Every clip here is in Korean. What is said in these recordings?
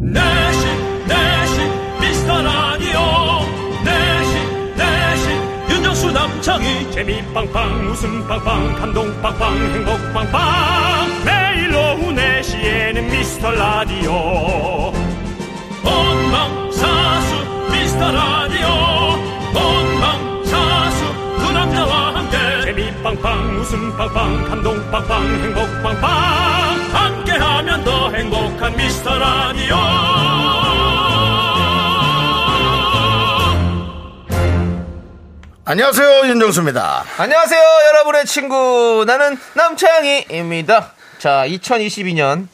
내시 내시 미스터라디오 내시 내시 윤정수 남창희 재미 빵빵 웃음 빵빵 감동 빵빵 행복 빵빵 매일 오후 4시에는 미스터 라디오 본방사수 미스터라디오 본방사수 그 남자와 함께 재미 빵빵 웃음 빵빵 감동 빵빵 행복 빵빵 함께하면 더 행복한 미스터라디오 안녕하세요 윤정수입니다. 안녕하세요, 여러분의 친구. 나는 남창희입니다. 자, 2022년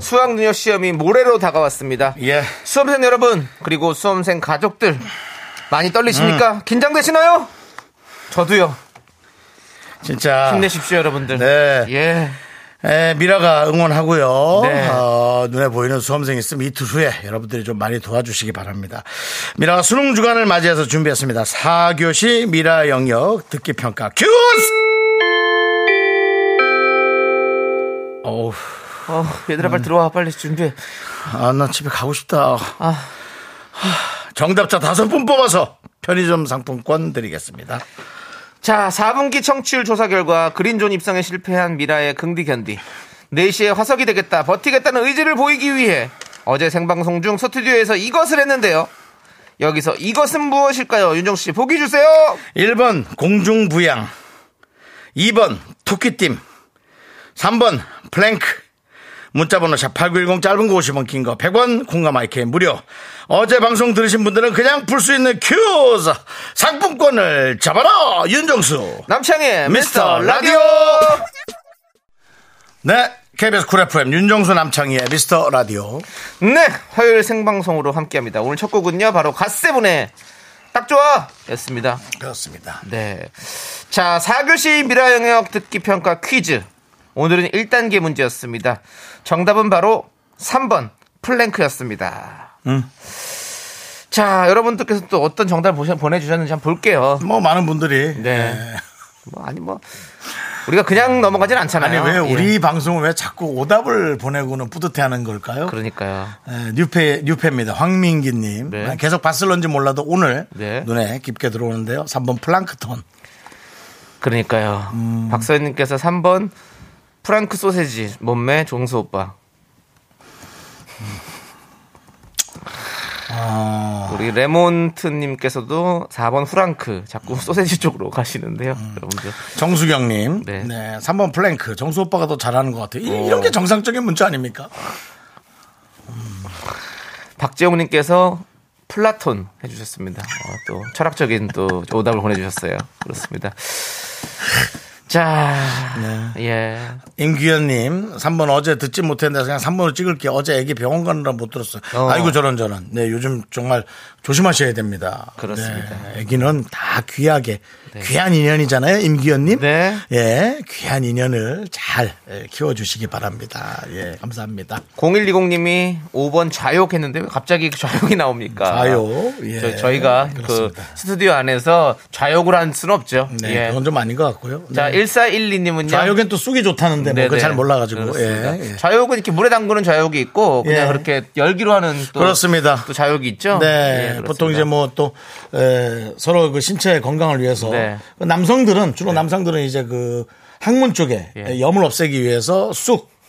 수학 능력 시험이 모레로 다가왔습니다. 예. 수험생 여러분, 그리고 수험생 가족들, 많이 떨리십니까? 긴장되시나요? 저도요. 진짜 힘내십시오, 여러분들. 네. 예. 에, 미라가 응원하고요. 네. 어, 눈에 보이는 수험생 있으면 이틀 후에 여러분들이 좀 많이 도와주시기 바랍니다. 미라가 수능 주간을 맞이해서 준비했습니다. 4교시 미라 영역 듣기 평가 큐! 어우, 어, 얘들아, 빨리 들어와. 빨리 준비해. 아, 나 집에 가고 싶다. 아. 정답자 다섯 분 뽑아서 편의점 상품권 드리겠습니다. 자, 4분기 청취율 조사 결과 그린존 입성에 실패한 미라의 긍디 견디. 4시에 화석이 되겠다, 버티겠다는 의지를 보이기 위해 어제 생방송 중 스튜디오에서 이것을 했는데요. 여기서 이것은 무엇일까요? 윤정수 씨, 보기 주세요! 1번 공중부양 2번 토끼띠 3번 플랭크 문자번호 샵8910 짧은 거 50원 긴 거 100원 공감 아이케 무료 어제 방송 들으신 분들은 그냥 풀 수 있는 큐즈 상품권을 잡아라 윤정수 남창의 미스터 미스터 라디오! 라디오. 네 KBS 쿨 FM 윤정수 남창희의 미스터 라디오 네! 화요일 생방송으로 함께 합니다. 오늘 첫 곡은요, 바로 갓세븐의 딱 좋아! 였습니다. 그렇습니다 네. 자, 4교시 미라 영역 듣기 평가 퀴즈. 오늘은 1단계 문제였습니다. 정답은 바로 3번 플랭크였습니다. 음. 자, 여러분들께서 또 어떤 정답을 보셔- 보내주셨는지 한번 볼게요. 뭐 많은 분들이 네. 뭐, 아니, 뭐, 우리가 그냥 넘어가진 아니 않잖아요. 왜 예. 우리 방송을 왜 자꾸 오답을 보내고는 뿌듯해하는 걸까요? 그러니까요. 네, 뉴페, 뉴페입니다. 황민기님. 네. 아, 계속 봤을런지 몰라도 오늘 네. 눈에 깊게 들어오는데요. 3번 플랑크톤. 그러니까요. 박서연님께서 3번 프랑크 소세지 몸매 종수 오빠. 우리 레몬트님께서도 4번 프랑크 자꾸 소세지 쪽으로 가시는데요. 여러분들 정수경님. 네. 네. 3번 플랭크. 정수 오빠가 더 잘하는 것 같아요. 이, 런게 정상적인 문자 아닙니까? 박재홍님께서 플라톤 해주셨습니다. 어, 또 철학적인 또 오답을 보내주셨어요. 그렇습니다. 자, 예. 임규현님. 3번 어제 듣지 못했는데 그냥 3번을 찍을게. 요 어제 애기 병원 가느라 못 들었어요. 어. 아이고 저런저런. 네. 요즘 정말 조심하셔야 됩니다. 그렇습니다. 네, 애기는 다 귀하게. 귀한 인연이잖아요. 임규현님. 네. 예, 귀한 인연을 잘 예, 키워주시기 바랍니다. 예, 감사합니다. 0120님이 5번 좌욕했는데 왜 갑자기 그 좌욕이 나옵니까? 좌욕, 예. 저, 희가 그렇습니다. 그 스튜디오 안에서 좌욕을 할 수는 없죠. 네, 예. 그건 좀 아닌 것 같고요. 자, 네. 1412님은요. 좌욕엔 또 쑥이 좋다는데 뭐 네네. 그거 잘 몰라가지고. 그렇습니다. 예, 예. 좌욕은 이렇게 물에 담그는 좌욕이 있고 그냥 예. 그렇게 열기로 하는 또 그렇습니다. 또 좌욕이 있죠. 예, 네, 그렇습니다. 보통 이제 뭐 또 서로 그 신체 건강을 위해서 네. 그 남성들은 주로 남성들은 이제 그 항문 쪽에 예. 염을 없애기 위해서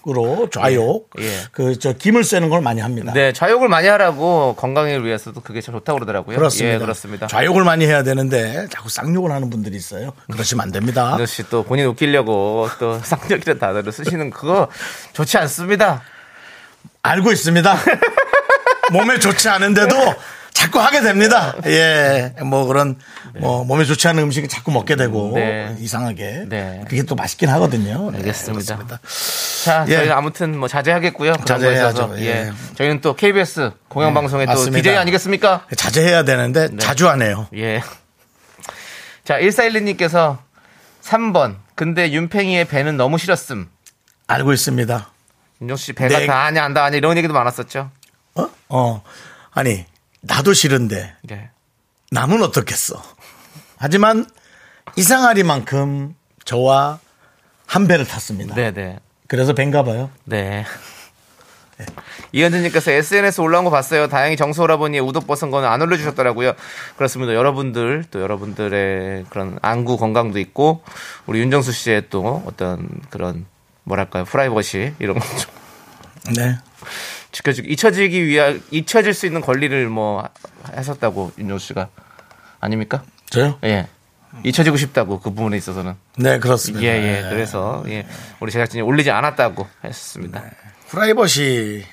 쑥으로 좌욕, 예. 예. 그 저 김을 쐬는 걸 많이 합니다. 네, 좌욕을 많이 하라고 건강을 위해서도 그게 참 좋다고 그러더라고요. 그렇습니다. 예, 그렇습니다. 좌욕을 많이 해야 되는데 자꾸 쌍욕을 하는 분들이 있어요. 그러시면 안 됩니다. 아저씨 또 본인 웃기려고 또 쌍욕이라는 단어를 쓰시는 그거 좋지 않습니다. 알고 있습니다. 몸에 좋지 않은데도 자꾸 하게 됩니다. 네. 예. 뭐 그런 뭐 몸에 좋지 않은 음식을 자꾸 먹게 되고 네. 이상하게 네. 그게 또 맛있긴 하거든요. 네, 알겠습니다. 그렇습니다. 자, 예. 저희는 아무튼 뭐 자제하겠고요. 그런 거에 자제해야죠. 있어서. 예. 예. 저희는 또 KBS 공영방송의 또 맞습니다. DJ 아니겠습니까? 자제해야 되는데 네. 자주 안 해요. 예. 자, 1412님께서 3번. 근데 윤팽이의 배는 너무 싫었음. 알고 있습니다. 윤정수 씨 배가 네. 다 아냐, 안다 아냐 이런 얘기도 많았었죠. 어? 어. 아니, 나도 싫은데 예. 남은 어떻겠어. 하지만 이상하리만큼 저와 한 배를 탔습니다. 네네. 그래서 벤가 봐요. 네. 이현진님께서 SNS 올라온 거 봤어요. 다행히 정수 오라버니의 우도 벗은 거는 안 올려주셨더라고요. 그렇습니다. 여러분들 또 여러분들의 그런 안구 건강도 있고 우리 윤정수 씨의 또 어떤 그런 뭐랄까요 프라이버시 이런 거 좀 네. 지켜주기 잊혀지기 위한 잊혀질 수 있는 권리를 뭐 하셨다고 윤정수 씨가 아닙니까? 저요? 예. 잊혀지고 싶다고 그 부분에 있어서는 네, 그렇습니다. 예예 그래서 예 우리 제작진이 올리지 않았다고 했습니다. 후라이버시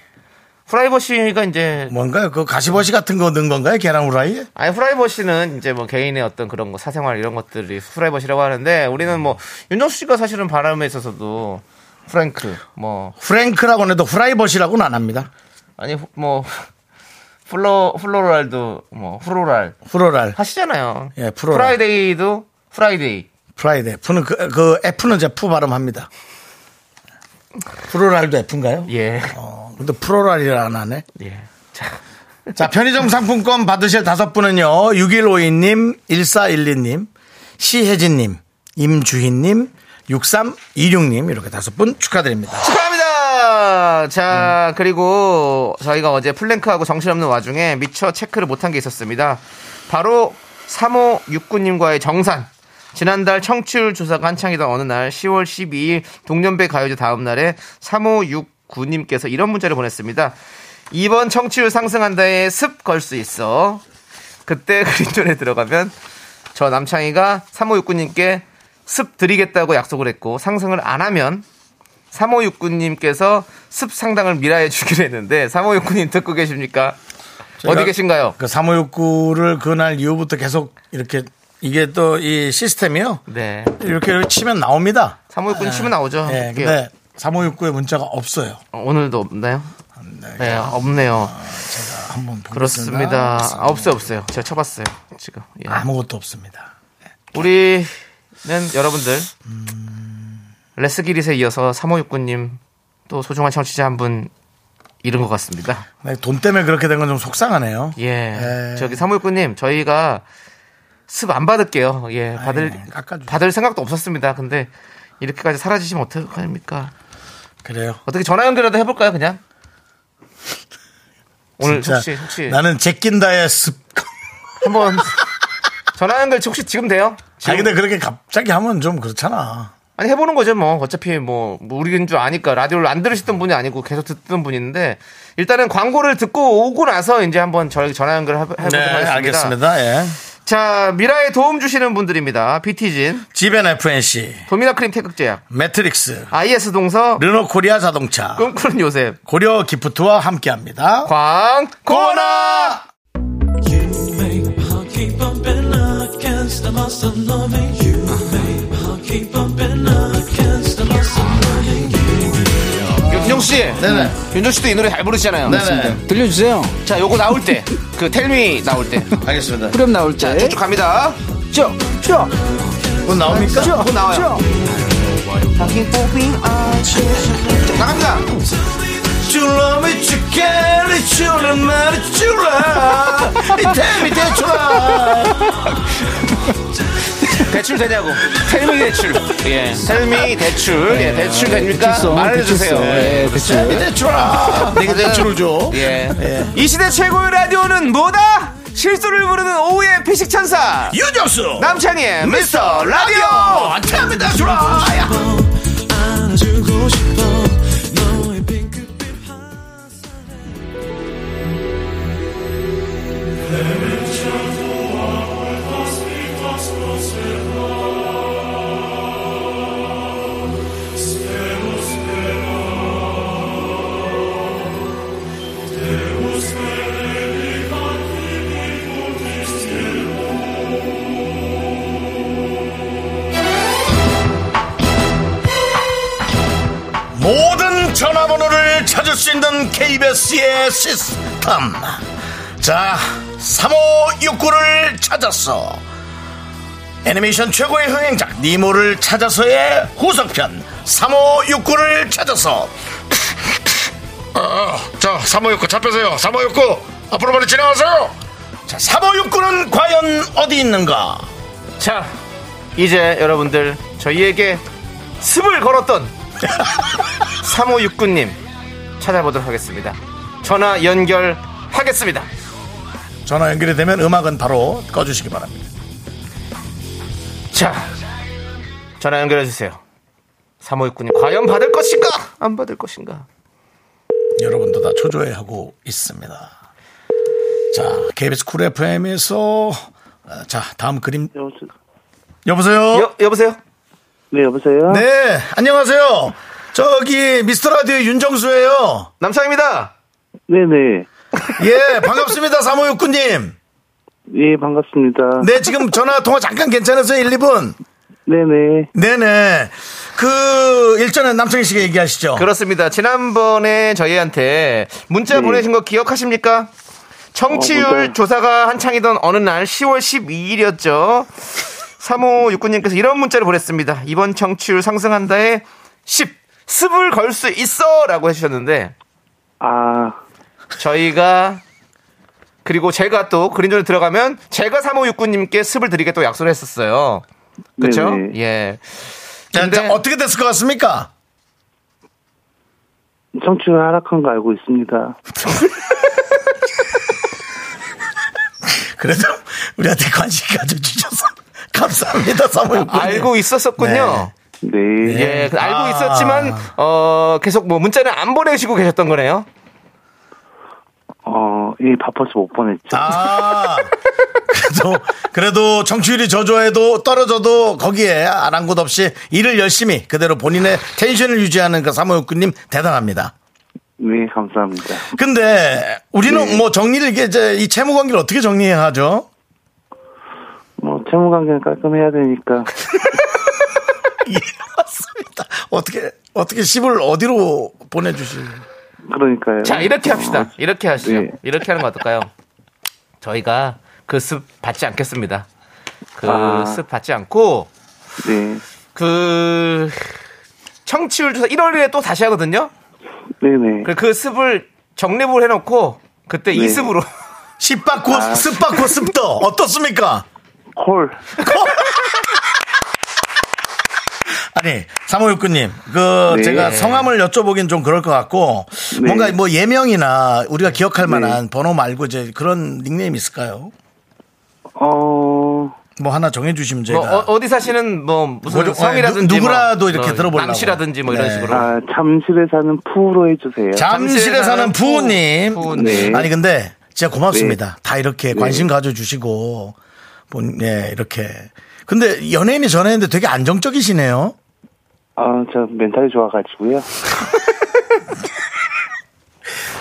프라이버시가 이제 뭔가요? 그 가시버시 같은 거 넣은 건가요? 계란 후라이에? 아니 프라이버시는 이제 뭐 개인의 어떤 그런 거 사생활 이런 것들이 프라이버시라고 하는데 우리는 뭐 윤정수 씨가 사실은 바람에 있어서도 프랭크 뭐 프랭크라고는 해도 후라이버시라고는 안 합니다. 아니 후- 뭐 플로 플로랄도 뭐 후로랄 후로랄, 하시잖아요. 예, 프로랄. 프라이데이도 프라이데이. 프라이드. F는 그, 그 F는 제 F 발음합니다. 프로랄도 F인가요? 예. 어, 근데 프로랄이라 안 하네. 예. 자. 자, 편의점 상품권 받으실 다섯 분은요. 6152님, 1412님, 시혜진님, 임주희님, 6326님 이렇게 다섯 분 축하드립니다. 축하합니다. 자, 그리고 저희가 어제 플랭크하고 정신없는 와중에 미처 체크를 못한 게 있었습니다. 바로 3569님과의 정산. 지난달 청취율 조사가 한창이던 어느 날 10월 12일 동년배 가요제 다음 날에 3569님께서 이런 문자를 보냈습니다. 이번 청취율 상승한다에 습 걸 수 있어. 그때 그린존에 들어가면 저 남창희가 3569님께 습 드리겠다고 약속을 했고 상승을 안 하면 3569님께서 습 상당을 미라해 주기로 했는데 3569님 듣고 계십니까? 어디 계신가요? 그 3569를 그날 이후부터 계속 이렇게 이게 또 이 시스템이요. 네. 이렇게 치면 나옵니다. 3569님 치면 나오죠. 예, 이게 근데 3569의 문자가 없어요. 오늘도 없나요? 네, 네, 없네요. 한번 보겠습니다. 그렇습니다. 아, 없어요, 없어요. 제가 쳐봤어요. 지금. 예. 아무것도 없습니다. 우리는 여러분들 레스기릿에 이어서 3569님 또 소중한 청취자 한 분 잃은 것 같습니다. 네, 돈 때문에 그렇게 된 건 좀 속상하네요. 예. 예. 저기 사무육구님 저희가 습 안 받을게요. 예. 받을 아이, 깎아주세요. 받을 생각도 없었습니다. 근데 이렇게까지 사라지시면 어떡합니까? 그래요. 어떻게 전화 연결이라도 해볼까요, 그냥? 오늘 진짜 혹시 혹시 나는 제낀다의 습. 한번 전화 연결 혹시 지금 돼요? 아 지금 근데 그렇게 갑자기 하면 좀 그렇잖아. 아니 해보는 거죠 뭐 어차피 뭐 우리인 줄 아니까 라디오를 안 들으시던 분이 아니고 계속 듣던 분인데 일단은 광고를 듣고 오고 나서 이제 한번 저희 전화 연결 해보도록 하겠습니다. 네, 알겠습니다. 예. 자 미라에 도움 주시는 분들입니다. 비티진, 지벤 FNC, 도미나 크림 태극제약, 매트릭스, IS 동서, 르노코리아 자동차, 꿈꾸는 요셉, 고려 기프트와 함께합니다. 광고나 윤종 씨, 네네. 윤종 씨도 이 노래 잘 부르시잖아요. 네네. 들려주세요. 자, 요거 나올 때, 그 텔미 나올 때, 알겠습니다. 그럼 나올 때. 쭉쭉 갑니다. 쭉, 쭉, 곧 나옵니까? 쭉, 또 나와요. 쭉. 나갑니다. 네 대출 되냐고? 텔미 대출. 예. 텔미 대출. 예, 대출 됩니까? 대출성, 말해주세요. 대출성. 예. 예, 대출. 대출아. 내가 대출을 줘. 네, 예. 이 시대 최고의 라디오는 뭐다? 아, 실수를 부르는 오후의 피식천사. 유정수. 남창희의 미스터 라디오! 안타합니다. 주라. 모든 전화번호를 찾을 수 있는 KBS의 시스템. 자, 3569를 찾았어. 애니메이션 최고의 흥행작 니모를 찾아서의 후속편 3569를 찾아서 아, 자 3569 잡혀세요 3569 앞으로 빨리 지나가세요 자 3569는 과연 어디 있는가 자, 이제 여러분들 저희에게 습을 걸었던 3569님, 찾아보도록 하겠습니다. 전화 연결하겠습니다. 전화 연결이 되면 음악은 바로 꺼주시기 바랍니다. 자, 전화 연결해 주세요. 3569님, 과연 받을 것인가? 안 받을 것인가? 여러분도 다 초조해하고 있습니다. 자, KBS 쿨 FM에서 어, 자 다음 그림 여보세요? 여보세요. 여, 여보세요? 네, 여보세요? 네, 안녕하세요. 저기 미스터 라디오 윤정수예요. 남창입니다. 네네. 예, 반갑습니다. 3569님. 예, 반갑습니다. 네, 지금 전화 통화 잠깐 괜찮으세요? 1, 2분. 네네. 네네. 그 일전에 남창희 씨가 얘기하시죠. 그렇습니다. 지난번에 저희한테 문자 어. 네. 보내신 거 기억하십니까? 어, 청취율 문자. 조사가 한창이던 어느 날 10월 12일이었죠. 3569님께서 이런 문자를 보냈습니다. 이번 청취율 상승한다에 10 습을 걸 수 있어! 라고 해주셨는데 아, 저희가 그리고 제가 또 그린존에 들어가면 제가 3569님께 습을 드리게 또 약속을 했었어요. 그렇죠? 네네. 예. 자, 근데- 자, 어떻게 됐을 것 같습니까? 청취율 하락한 거 알고 있습니다. 그래도 우리한테 관심 가져주셔서 감사합니다. 3569님. 알고 있었었군요. 네. 예, 그 알고 아. 있었지만 어 계속 뭐 문자를 안 보내시고 계셨던 거네요. 어, 예, 바빠서 못 보냈죠. 아. 그래도, 그래도 청취율이 저조해도 떨어져도 거기에 아랑곳 없이 일을 열심히 그대로 본인의 텐션을 유지하는 그 3569님 대단합니다. 네, 감사합니다. 근데 우리는 뭐 정리를 이게 이제 이 채무 관계를 어떻게 정리해야 하죠? 뭐, 채무 관계는 깔끔해야 되니까. 예, 맞습니다. 어떻게 어떻게 10을 어디로 보내주실? 그러니까요. 음. 자 이렇게 합시다. 이렇게 하시죠. 예. 네. 이렇게 하는 거 어떨까요? 저희가 그 습 받지 않겠습니다. 그 아. 습 받지 않고 네. 그 청취율 조사 1월 1일에 또 다시 하거든요. 네네. 그그 습을 정립을 해놓고 그때 이 네. 습으로 십받고 습받고 습더 어떻습니까? 콜. 아니 사모육구님 그 네. 제가 성함을 여쭤보긴 좀 그럴 것 같고 네. 뭔가 뭐 예명이나 우리가 기억할 만한 번호 말고 이제 그런 닉네임 있을까요? 어, 뭐 하나 정해주시면 뭐 제가 어, 디 사시는 뭐 무슨 뭐 좀- 성이라든지 누- 누구라도 뭐, 이렇게 어, 들어보려고. 남씨라든지 뭐 이런 네. 식으로 아, 잠실에 사는 푸로 해주세요. 잠실에 잠실에 사는 사는 부우님. 부우님. 네. 아니 근데 진짜 고맙습니다. 다 이렇게 관심 가져주시고 본, 예 이렇게. 근데 연예인이 전화했는데 되게 안정적이시네요. 아, 저 멘탈이 좋아가지고요.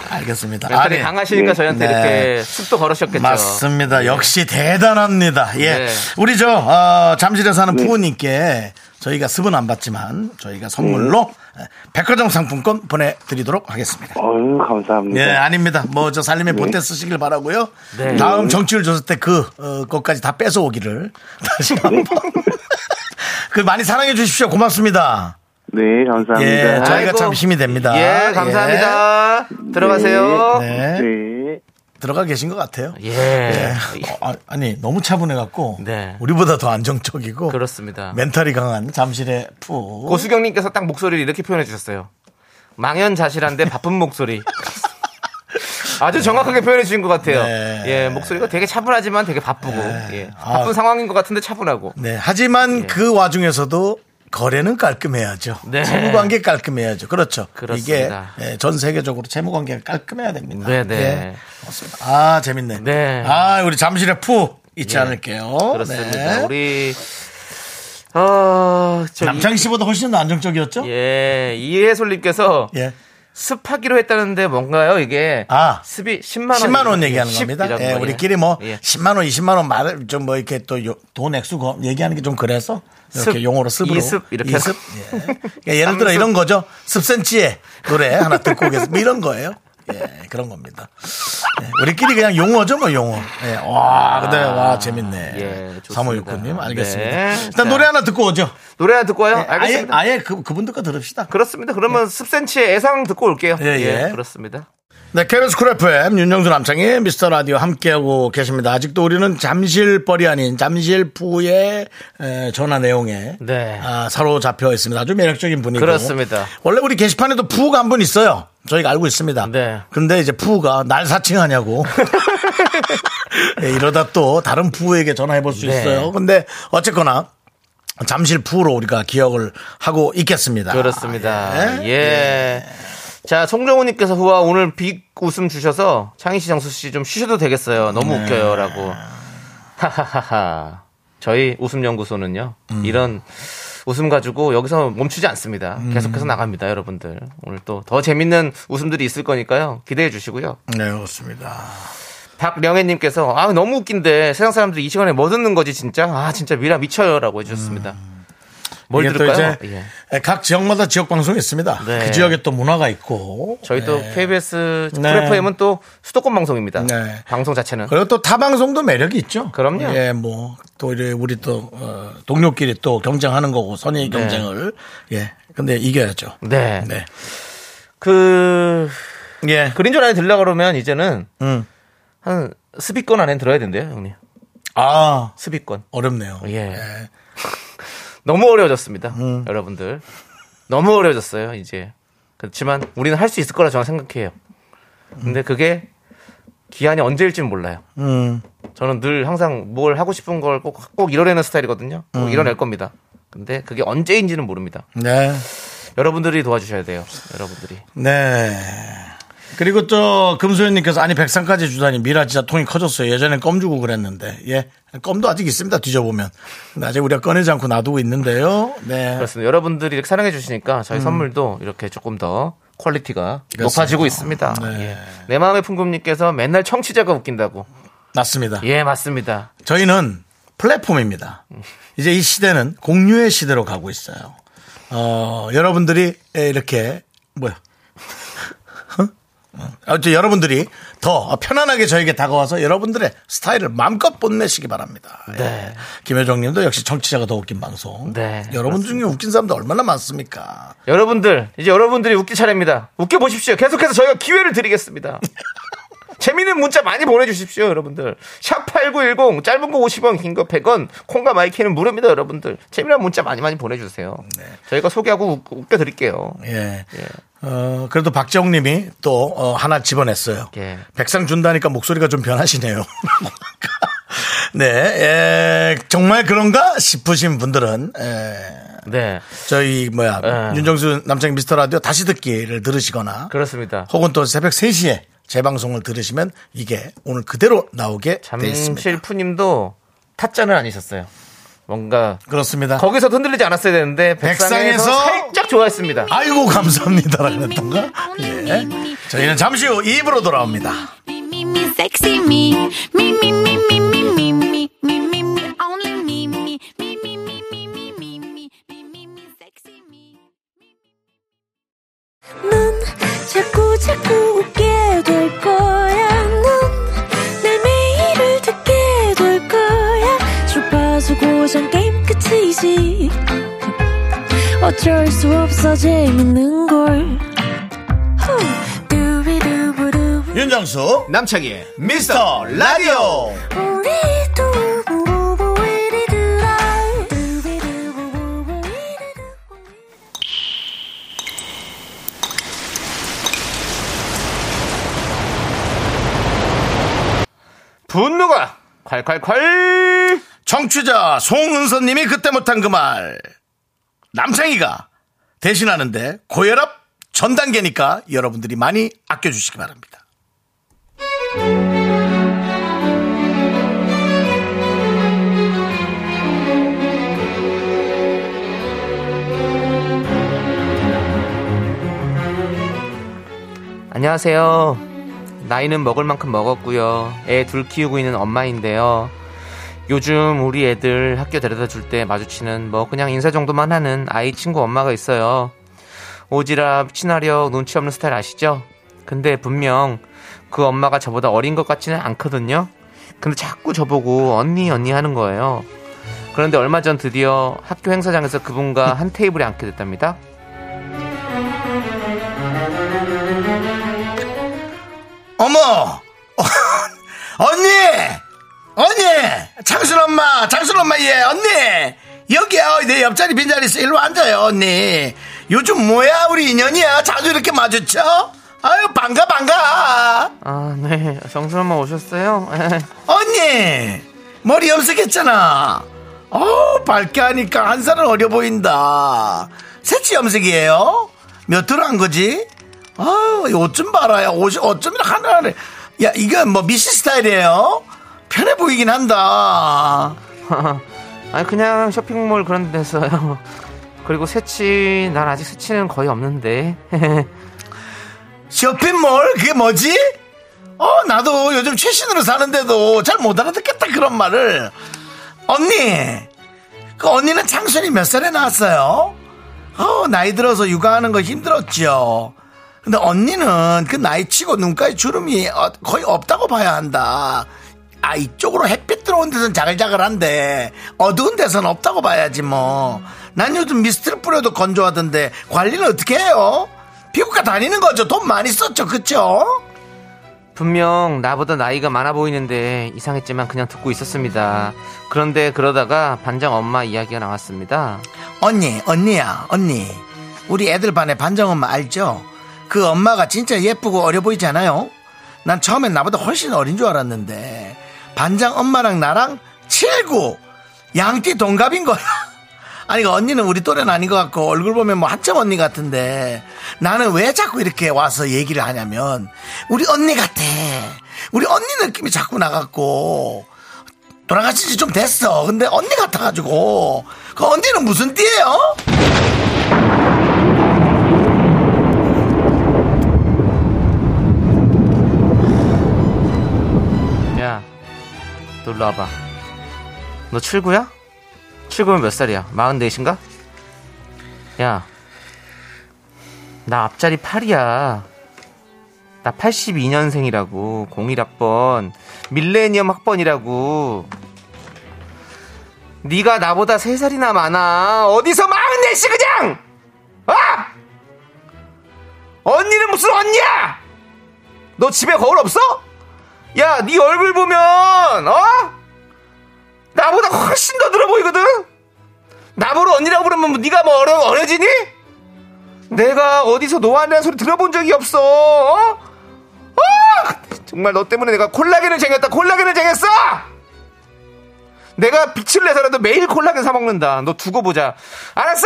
알겠습니다. 멘탈이 아니, 강하시니까 네. 저희한테 네. 이렇게 습도 걸으셨겠죠. 맞습니다. 역시 대단합니다. 예. 예. 네. 우리 저 어, 잠실에 사는 네. 부모님께 저희가 습은 안 받지만 저희가 선물로 예, 백화점 상품권 보내드리도록 하겠습니다. 어유 감사합니다. 예, 아닙니다. 뭐 저 살림에 본때 쓰시길 바라고요. 네. 다음 정치율 조사 때그 어, 것까지 다 뺏어 오기를 다시 한번. 그 많이 사랑해 주십시오. 고맙습니다. 네, 감사합니다. 예, 저희가 아이고. 참 힘이 됩니다. 예, 감사합니다. 들어가세요. 예. 네, 네. 들어가 계신 것 같아요. 예. 어, 아, 아니 너무 차분해 갖고 네. 우리보다 더 안정적이고 그렇습니다. 멘탈이 강한 잠실의 푸. 고수경님께서 딱 목소리를 이렇게 표현해 주셨어요. 망연자실한데 바쁜 목소리. 아주 정확하게 표현해 주신 것 같아요. 네. 예, 목소리가 되게 차분하지만 되게 바쁘고, 예, 아. 바쁜 상황인 것 같은데 차분하고. 네, 하지만 그 와중에서도 거래는 깔끔해야죠. 예. 네. 채무 관계 깔끔해야죠. 그렇죠. 그렇습니다. 이게 예, 전 세계적으로 채무 관계가 깔끔해야 됩니다. 네, 네. 예, 그렇습니다. 아, 재밌네. 네. 아, 우리 잠실의 푸 잊지 예. 않을게요. 그렇습니다. 네. 우리 어, 저 남창희 씨보다 훨씬 더 안정적이었죠? 이, 예, 이해솔님께서 예. 습하기로 했다는데 뭔가요 이게? 아. 습이 10만 원. 10만 원 얘기하는 10 겁니다. 이라는 예, 거, 우리끼리 뭐 예. 10만 원, 20만 원 말을 좀 뭐 이렇게 또 돈 액수 거- 얘기하는 게 좀 그래서 이렇게 습, 용어로 습으로 이습 이렇게 이습. 예. 그러니까 예를 들어 땀습. 이런 거죠. 습센치의 노래 하나 듣고 오겠습니다. 뭐 이런 거예요. 예, 그런 겁니다. 예, 우리끼리 그냥 용어죠, 뭐 용어. 예, 와, 근데 와 재밌네. 예, 좋습니다. 사모육구님 알겠습니다. 네. 일단 자. 노래 하나 듣고 오죠. 노래 하나 듣고 와요. 예, 아예 알겠습니다. 아예 그 그분들 거 들읍시다. 그렇습니다. 그러면 습센치의 애상 듣고 올게요. 예, 예. 그렇습니다. 네, KBS 쿨 FM 윤정수 남창의 미스터 라디오 함께하고 계십니다. 아직도 우리는 잠실벌이 아닌 잠실부의 에, 전화 내용에 네. 아, 사로잡혀 있습니다. 아주 매력적인 분이고 그렇습니다. 원래 우리 게시판에도 부가 한 분 있어요. 저희가 알고 있습니다. 네. 근데 이제 부가 날 사칭하냐고 네, 이러다 또 다른 부에게 전화해 볼 수 네. 있어요. 근데 어쨌거나 잠실 부로 우리가 기억을 하고 있겠습니다. 그렇습니다. 예. 예. 자, 송정우님께서 후와 오늘 빅 웃음 주셔서 창희 씨, 정수 씨 좀 쉬셔도 되겠어요. 너무 네. 웃겨요라고. 하하하하. 저희 웃음 연구소는요. 이런 웃음 가지고 여기서 멈추지 않습니다. 음. 계속해서 나갑니다, 여러분들. 오늘 또 더 재밌는 웃음들이 있을 거니까요. 기대해 주시고요. 네, 그렇습니다. 박령애님께서 아 너무 웃긴데 세상 사람들이 이 시간에 뭐 듣는 거지 진짜 아 진짜 미라 미쳐요라고 해주셨습니다. 뭘 음. 이게 또 들을까요? 예. 이제 각 지역마다 지역 방송이 있습니다. 네. 그 지역에 또 문화가 있고. 저희 또 네. KBS 네. 프레프엠은 또 수도권 방송입니다. 네. 방송 자체는 그리고 또 타 방송도 매력이 있죠. 그럼요. 예, 뭐 또 이래 우리 또 어, 동료끼리 또 경쟁하는 거고 선의 네. 경쟁을 예. 근데 이겨야죠. 네. 네. 그 예. 그린존 안에 들려 그러면 이제는 음. 한 스비권 안에 들어야 된대요, 형님. 아 스비권. 어렵네요. 예. 너무 어려워졌습니다, 음. 여러분들. 너무 어려워졌어요, 이제. 그렇지만 우리는 할 수 있을 거라 저는 생각해요. 근데 그게 기한이 언제일지는 몰라요. 음. 저는 늘 항상 뭘 하고 싶은 걸 꼭 꼭 이뤄내는 스타일이거든요. 꼭 음. 이뤄낼 겁니다. 근데 그게 언제인지는 모릅니다. 네. 여러분들이 도와주셔야 돼요. 여러분들이. 네. 그리고 또 금소연님께서 아니 백상까지 주다니 미라 진짜 통이 커졌어요. 예전엔 껌 주고 그랬는데 예 껌도 아직 있습니다. 뒤져보면 근데 아직 우리가 꺼내지 않고 놔두고 있는데요. 네. 그렇습니다. 여러분들이 이렇게 사랑해 주시니까 저희 선물도 이렇게 조금 더 퀄리티가 높아지고 있습니다. 예. 내 마음의 풍금님께서 맨날 청취자가 웃긴다고. 맞습니다. 예, 맞습니다. 저희는 플랫폼입니다. 이제 이 시대는 공유의 시대로 가고 있어요. 어, 여러분들이 이렇게 뭐야? 어, 저 여러분들이 더 편안하게 저에게 다가와서 여러분들의 스타일을 마음껏 뽐내시기 바랍니다. 예. 김효정님도 역시 정치자가 더 웃긴 방송. 네, 여러분 중에 웃긴 사람도 얼마나 많습니까? 여러분들, 이제 여러분들이 웃기 차례입니다. 웃겨 보십시오. 계속해서 저희가 기회를 드리겠습니다. 재미있는 문자 많이 보내주십시오, 여러분들. 샵8910, 짧은 거 50원, 긴 거 100원, 콩과 마이키는 무료입니다, 여러분들. 재미난 문자 많이 많이 보내주세요. 저희가 소개하고 웃, 겨드릴게요 예. 어, 그래도 박재홍님이 또 어, 하나 집어냈어요. 예. 백상 준다니까 목소리가 좀 변하시네요. 네, 예, 정말 그런가 싶으신 분들은 예, 네. 저희 뭐야 예. 윤정수 남창 미스터 라디오 다시 듣기를 들으시거나 그렇습니다. 혹은 또 새벽 3시에 재방송을 들으시면 이게 오늘 그대로 나오게 돼 있습니다. 잠실 푸님도 타짜는 아니셨어요. 뭔가 그렇습니다. 거기서 흔들리지 않았어야 되는데 백상에서, 백상에서 살짝 좋아했습니다. 아이고 감사합니다라고 했던가? 예. 저희는 잠시 후 입으로 돌아옵니다. Me, me, me, sexy me. Me, me, me, me, me, me, me, me, me, me, only me, me, me, me, me, me, me, me, me, me, me, me, sexy me. 넌 자꾸 자꾸 웃게 될 거야. 넌내 매일을 듣게 될 거야. 주파수 고정 게임 끝이지. 어쩔 수 없어 재밌는 걸. 후. 두비두부두부. 윤정수 남창희의 미스터 라디오 우리 두부부부 우리들아. 두비두부부부 우리들아. 분노가 콸콸콸 정취자 송은서님이 그때 못한 그 말 남창희가 대신하는데 고혈압 전 단계니까 여러분들이 많이 아껴주시기 바랍니다. 안녕하세요. 나이는 먹을 만큼 먹었고요. 애 둘 키우고 있는 엄마인데요. 요즘 우리 애들 학교 데려다 줄 때 마주치는 뭐 그냥 인사 정도만 하는 아이 친구 엄마가 있어요. 오지랖, 친화력, 눈치 없는 스타일 아시죠? 근데 분명 그 엄마가 저보다 어린 것 같지는 않거든요. 근데 자꾸 저보고 언니 언니 하는 거예요. 그런데 얼마 전 드디어 학교 행사장에서 그분과 한 테이블에 앉게 됐답니다. 어머! 언니! 언니! 장순 엄마! 장순 엄마 예, 언니! 여기요, 내 옆자리 빈자리 있어. 일로 앉아요, 언니. 요즘 뭐야, 우리 인연이야? 자주 이렇게 마주쳐? 아유, 반가, 반가! 아, 네. 정수 엄마 오셨어요? 언니! 머리 염색했잖아. 어 밝게 하니까 한 살은 어려 보인다. 새치 염색이에요? 몇 도로 한 거지? 아, 옷 좀 봐라야. 옷이 어쩜 이렇게 하늘하늘. 야, 이건 뭐 미시 스타일이에요? 편해 보이긴 한다. 아니, 그냥 쇼핑몰 그런 데서요. 그리고 새치, 난 아직 새치는 거의 없는데. 쇼핑몰? 그게 뭐지? 어, 나도 요즘 최신으로 사는데도 잘 못 알아듣겠다, 그런 말을. 언니! 그 언니는 창순이 몇 살에 나왔어요? 어, 나이 들어서 육아하는 거 힘들었죠. 근데 언니는 그 나이 치고 눈가에 주름이 어- 거의 없다고 봐야 한다. 아, 이쪽으로 햇빛 들어온 데선 자글자글한데, 어두운 데선 없다고 봐야지, 뭐. 난 요즘 미스트를 뿌려도 건조하던데, 관리는 어떻게 해요? 피부과 다니는 거죠? 돈 많이 썼죠? 그쵸? 분명 나보다 나이가 많아 보이는데 이상했지만 그냥 듣고 있었습니다. 그런데 그러다가 반장 엄마 이야기가 나왔습니다. 언니, 언니야, 언니. 우리 애들 반에 반장 엄마 알죠? 그 엄마가 진짜 예쁘고 어려 보이잖아요? 난 처음엔 나보다 훨씬 어린 줄 알았는데, 반장 엄마랑 나랑 79! 양띠 동갑인 거야. 아니, 그 언니는 우리 또래는 아닌 것 같고, 얼굴 보면 뭐 한참 언니 같은데, 나는 왜 자꾸 이렇게 와서 얘기를 하냐면, 우리 언니 같아. 우리 언니 느낌이 자꾸 나갖고, 돌아가신 지 좀 됐어. 근데 언니 같아가지고. 그 언니는 무슨 띠예요? 야, 놀러 와봐. 너 출구야? 출구면 몇 살이야? 44인가? 야, 나 앞자리 8이야. 나 82년생이라고. 01학번. 밀레니엄 학번이라고. 네가 나보다 3살이나 많아. 어디서 44시 그냥! 아! 언니는 무슨 언니야! 너 집에 거울 없어? 야, 네 얼굴 보면 어? 나보다 훨씬 더 들어 보이거든. 나보러 언니라고 부르면 뭐 네가 뭐 어려 어려지니? 내가 어디서 노안이라는 소리 들어본 적이 없어. 어? 어! 정말 너 때문에 내가 콜라겐을 쟁였다. 콜라겐을 쟁였어. 내가 빛을 내서라도 매일 콜라겐 사 먹는다. 너 두고 보자. 알았어?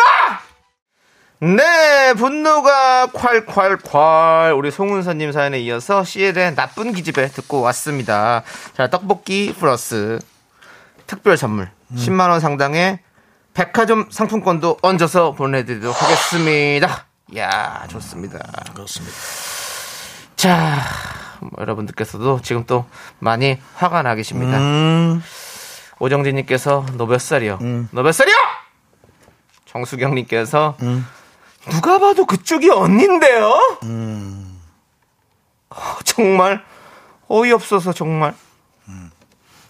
네, 분노가 콸콸콸. 우리 송은서님 사연에 이어서 CL의 나쁜 기집애 듣고 왔습니다. 자, 떡볶이 플러스 특별 선물 음. 10만원 상당의 백화점 상품권도 얹어서 보내드리도록 하겠습니다. 이야, 좋습니다. 그렇습니다. 자, 뭐 여러분들께서도 지금 또 많이 화가 나 계십니다. 음. 오정진님께서 너 몇 살이요? 너 몇 살이요? 정수경님께서 음. 누가 봐도 그쪽이 언니인데요? 어, 정말 어이없어서 정말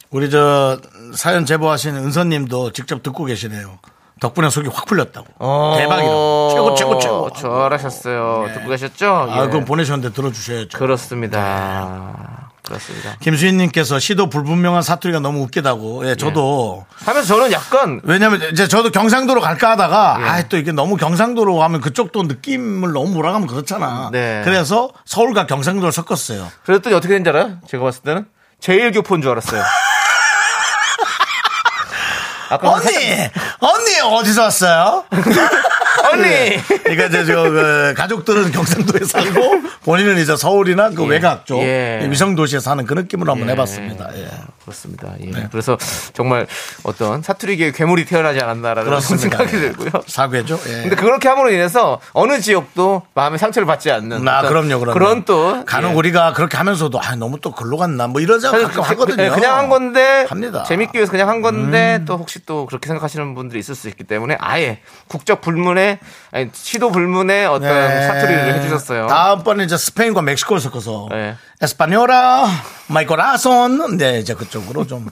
우리 저 사연 제보하신 은서님도 직접 듣고 계시네요. 덕분에 속이 확 풀렸다고. 어. 대박이다. 최고 최고 최고. 잘하셨어요. 어, 듣고 계셨죠? 아, 예. 그건 보내셨는데 들어주셔야죠. 그렇습니다. 그렇습니다. 김수인님께서 시도 불분명한 사투리가 너무 웃기다고. 예, 저도 하면서 저는 약간 왜냐면 이제 저도 경상도로 갈까 하다가 아 또 이게 너무 경상도로 가면 그쪽도 느낌을 너무 몰아가면 그렇잖아. 네. 그래서 서울과 경상도를 섞었어요. 그랬더니 어떻게 된지 알아요? 제가 봤을 때는 제일 교포인 줄 알았어요. 아까 언니, 언니 어디서 왔어요? 아, 언니 그러니까 이제 저, 그 가족들은 경상도에 살고 본인은 이제 서울이나 그 외곽 쪽 예. 위성 도시에 사는 그 느낌으로 한번 예. 해봤습니다. 예. 그렇습니다. 예. 그래서 정말 어떤 사투리계의 괴물이 태어나지 않았나라는 그렇습니다. 생각이 예. 들고요. 사과죠. 예. 근데 그렇게 함으로 인해서 어느 지역도 마음의 상처를 받지 않는 나 어떤 아, 그럼요, 그럼요. 그런 또 간혹 예. 우리가 그렇게 하면서도 아 너무 또 글로 갔나 뭐 이런 생각 사실 가끔 그- 하거든요. 예, 그냥 한 건데 합니다. 음. 재밌기 위해서 그냥 한 건데 또 혹시 또 그렇게 생각하시는 분들이 있을 수 있기 때문에 아예 국적 불문에 아니 시도 불문에 어떤 예. 사투리를 해주셨어요. 다음번에 이제 스페인과 멕시코를 섞어서 예. 에스파니오라, 마이코라손, 네 이제 그쪽으로 좀.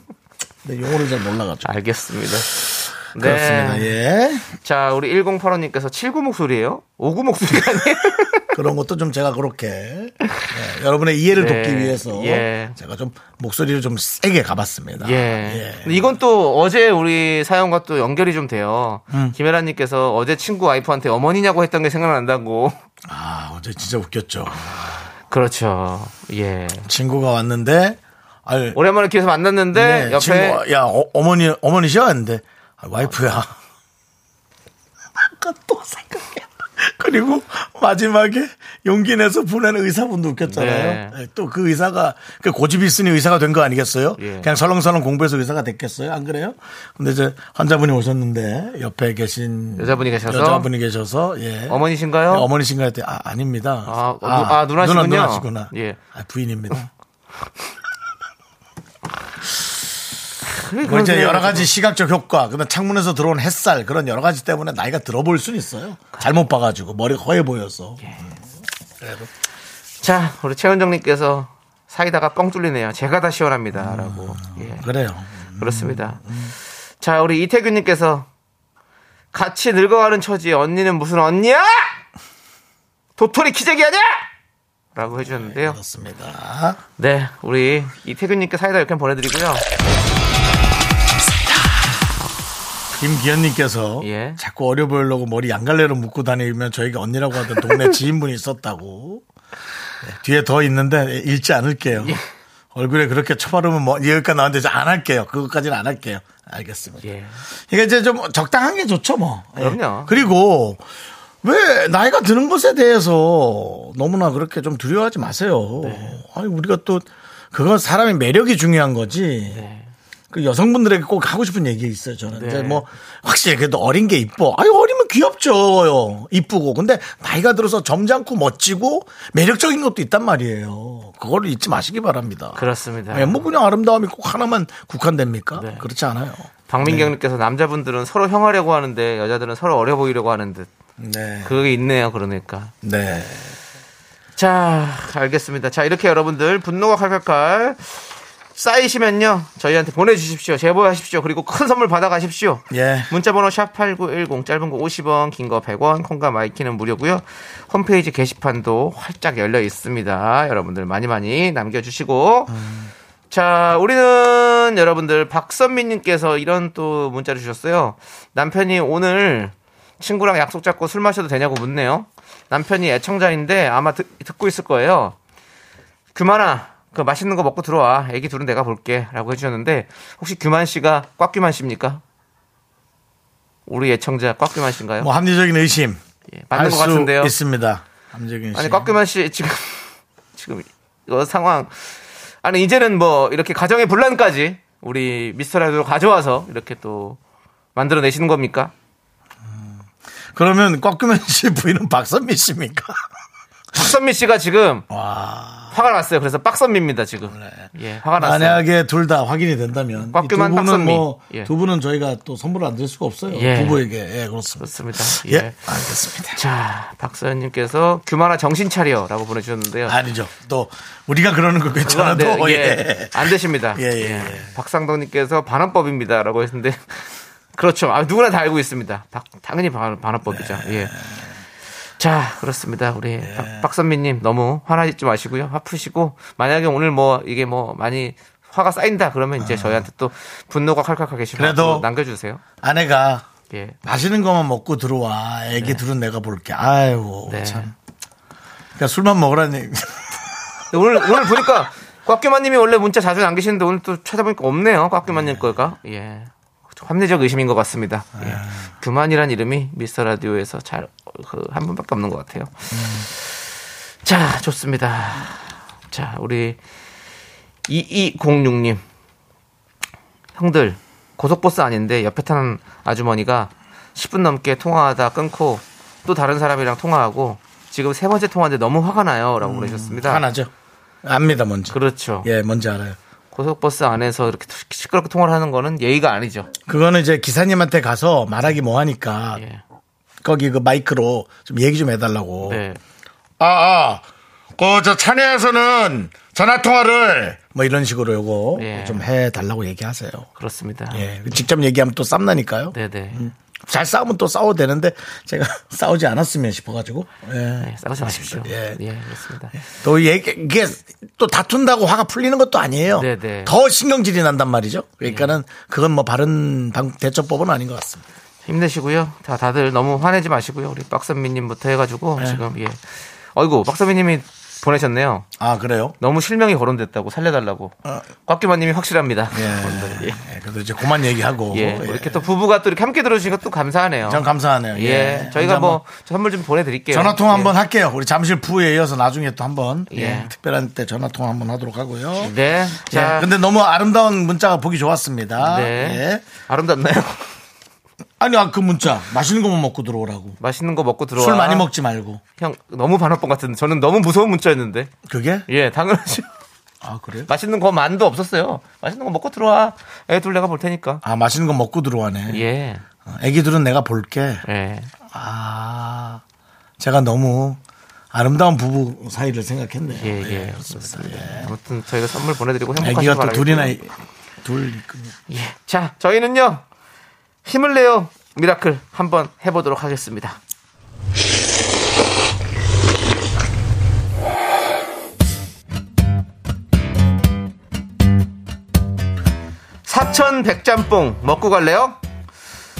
근데 용어를 네, 잘 몰라가지고. 알겠습니다. 아, 네. 그렇습니다. 예. 자, 우리 1085님께서 79 목소리예요? 59 목소리가 아니에요? 그런 것도 좀 제가 그렇게 예, 여러분의 이해를 네. 돕기 위해서 예. 제가 좀 목소리를 좀 세게 가봤습니다. 예. 예. 근데 이건 또 어제 우리 사연과 또 연결이 좀 돼요. 음. 김혜란님께서 어제 친구 와이프한테 어머니냐고 했던 게 생각난다고. 아 어제 진짜 웃겼죠. 그렇죠. 예. 친구가 왔는데 아유, 오랜만에 길에서 만났는데 네, 옆에 친구가, 야 어, 어머니 어머니셔 했는데 아, 와이프야. 아까 또 생각해. 그리고 마지막에 용기 내서 보내는 의사분도 네. 웃겼잖아요. 또 그 의사가 그 고집이 있으니 의사가 된 거 아니겠어요? 예. 그냥 설렁설렁 공부해서 의사가 됐겠어요? 안 그래요? 근데 이제 환자분이 오셨는데 옆에 계신 여자분이 계셔서? 여자분이 계셔서 예. 어머니신가요? 네, 어머니신가 했더니 아, 아닙니다. 아, 어, 누- 아, 누나시군요. 누나, 누나시구나. 예. 아, 부인입니다. 그게 뭐 그런 이제 생각이 여러 들어요. 가지 시각적 효과, 그다음 창문에서 들어온 햇살 그런 여러 가지 때문에 나이가 들어볼 순 있어요. 잘못 봐가지고 머리가 허해 보여서. 예. 자, 우리 최은정님께서 사이다가 뻥 뚫리네요. 제가 다 음. 시원합니다라고. 예. 그래요. 그렇습니다. 음. 자, 우리 이태균님께서 같이 늙어가는 처지에 언니는 무슨 언니야? 도토리 키재기 아니야? 라고 해주셨는데요. 그렇습니다. 네, 우리 이태균님께 사이다 이렇게 보내드리고요. 김기현님께서 예. 자꾸 어려 보이려고 머리 양갈래로 묶고 다니면 저희가 언니라고 하던 동네 지인분이 있었다고. 네, 뒤에 더 있는데 읽지 않을게요. 예. 얼굴에 그렇게 쳐바르면 뭐 여기까지 나왔는데 이제 안 할게요. 그것까지는 안 할게요. 알겠습니다. 예. 이게 이제 좀 적당한 게 좋죠, 뭐. 예. 그럼요. 그리고 왜 나이가 드는 것에 대해서 너무나 그렇게 좀 두려워하지 마세요. 네. 아니 우리가 또 그건 사람의 매력이 중요한 거지. 네. 그 여성분들에게 꼭 하고 싶은 얘기 있어요. 저는 이제 뭐 확실히 그래도 어린 게 이뻐. 아유 어리면 귀엽죠. 이쁘고 근데 나이가 들어서 점잖고 멋지고 매력적인 것도 있단 말이에요. 그걸 잊지 마시기 바랍니다. 그렇습니다. 예, 뭐 그냥 아름다움이 꼭 하나만 국한됩니까? 네. 그렇지 않아요. 박민경님께서 네. 남자분들은 서로 형하려고 하는데 여자들은 서로 어려 보이려고 하는 듯. 네. 그게 있네요, 그러니까. 네. 자, 알겠습니다. 자, 이렇게 여러분들 분노가 칼칼칼 쌓이시면요. 저희한테 보내주십시오. 제보하십시오. 그리고 큰 선물 받아가십시오. 예. 문자번호 샵8910 짧은 거 50원, 긴 거 100원, 콩과 마이키는 무료고요. 홈페이지 게시판도 활짝 열려 있습니다. 여러분들 많이 많이 남겨주시고. 자, 우리는 여러분들 박선미님께서 이런 또 문자를 주셨어요. 남편이 오늘 친구랑 약속 잡고 술 마셔도 되냐고 묻네요. 남편이 애청자인데 아마 듣, 듣고 있을 거예요. 규만아, 그 맛있는 거 먹고 들어와. 애기 둘은 내가 볼게. 라고 해주셨는데, 혹시 규만 씨가 꽉규만 씨입니까? 우리 애청자 꽉규만 씨인가요? 뭐 합리적인 의심 예, 할 맞는 것 수 같은데요. 있습니다. 합리적인 의심. 아니, 꽉규만 씨 지금, 지금 이거 상황. 아니, 이제는 뭐 이렇게 가정의 분란까지 우리 미스터 라디오로 가져와서 이렇게 또 만들어내시는 겁니까? 그러면 꽉규면 씨 부인은 박선미 씨입니까? 박선미 씨가 지금 와. 화가 났어요. 그래서 빡선미입니다, 지금. 예, 화가 났어요. 만약에 둘 다 확인이 된다면 이두 꽉규만, 분은 박선미. 뭐 예. 두 분은 저희가 또 선물을 안 드릴 수가 없어요. 예. 부부에게 예 그렇습니다. 그렇습니다. 예. 예. 알겠습니다. 자, 박서연님께서 규만아 정신 차려라고 보내주셨는데요. 아니죠. 또 우리가 그러는 거 그거 안 괜찮아도 돼요. 예. 예, 안 되십니다. 예, 예, 예. 박상덕님께서 반환법입니다라고 했는데 그렇죠. 아, 누구나 다 알고 있습니다. 박- 당연히 반, 반환법이죠. 네. 예. 자, 그렇습니다. 우리 박, 박선미님 너무 화나지 마시고요. 화푸시고 만약에 오늘 뭐 이게 뭐 많이 화가 쌓인다 그러면 이제 저희한테 또 분노가 칼칼하게 계시면 아. 그래도 남겨주세요. 아내가 예. 맛있는 것만 먹고 들어와. 애기 둘은 내가 볼게. 아이고 네. 참. 그러니까 술만 먹으라는 얘기. 근데 오늘 오늘 보니까 꽉규만님이 원래 문자 자주 남기시는데 오늘 또 찾아보니까 없네요. 꽉규만님 거가 예 좀 합리적 의심인 것 같습니다. 예. 규만이란 이름이 미스터 라디오에서 잘 그, 한 분밖에 없는 것 같아요. 자 좋습니다. 자 우리 2206님 형들 고속버스 아닌데 옆에 타는 아주머니가 10분 넘게 통화하다 끊고 또 다른 사람이랑 통화하고 지금 세 번째 통화인데 너무 화가 나요라고 보내셨습니다. 하나죠. 압니다 뭔지. 그렇죠. 예 뭔지 알아요. 고속버스 안에서 이렇게 시끄럽게 통화를 하는 거는 예의가 아니죠. 그거는 이제 기사님한테 가서 말하기 뭐하니까 예. 거기 그 마이크로 좀 얘기 좀 해달라고. 네. 아, 아. 그저 찬회에서는 전화 통화를 뭐 이런 식으로 요거 예. 좀 해달라고 얘기하세요. 그렇습니다. 예. 음. 직접 얘기하면 또 쌈나니까요. 네네. 잘 싸우면 또 싸워도 되는데 제가 싸우지 않았으면 싶어가지고. 예. 네, 싸우지 마십시오. 예. 예, 그렇습니다. 또 얘기, 이게 또 다툰다고 화가 풀리는 것도 아니에요. 네네. 예. 더 신경질이 난단 말이죠. 그러니까는 그건 뭐 바른 방, 대처법은 아닌 것 같습니다. 힘내시고요. 다 다들 너무 화내지 마시고요. 우리 박선미님부터 해가지고 지금 예. 어이구 박선미님이 보내셨네요. 아 그래요? 너무 실명이 거론됐다고 살려달라고. 꽉규만님이 확실합니다. 아. 예. 예. 예, 그래도 이제 그만 얘기하고. 예, 이렇게 또 부부가 또 이렇게 함께 들어주신 것도 감사하네요. 참 감사하네요. 예, 예. 저희가 한번- 뭐 선물 좀 보내드릴게요. 전화 통화 예. 한번 할게요. 우리 잠실 부에 이어서 나중에 또 한번 예. 예, 특별한 때 전화 통화 한번 하도록 하고요. 네, 자, 자, 근데 너무 아름다운 문자가 보기 좋았습니다. 네, 예. 아름답나요? 아니, 아, 그 문자. 맛있는 것만 먹고 들어오라고. 맛있는 거 먹고 들어와. 술 많이 먹지 말고. 형 너무 반어법 같은데 저는 너무 무서운 문자였는데. 그게? 예, 당연하죠. 아, 그래요? 맛있는 거 만도 없었어요. 맛있는 거 먹고 들어와. 애둘 내가 볼 테니까. 아, 맛있는 거 먹고 들어와네. 예. 어, 애기들은 내가 볼게. 예. 아, 제가 너무 아름다운 부부 사이를 생각했네요. 예, 예. 그렇습니다. 아무튼 저희가 선물 보내드리고 행복하시길 애기가 또 바라겠고요. 둘이나, 이- 둘. 예. 자, 저희는요. 힘을 내요. 미라클 한번 해보도록 하겠습니다. 사천 백짬뽕 먹고 갈래요?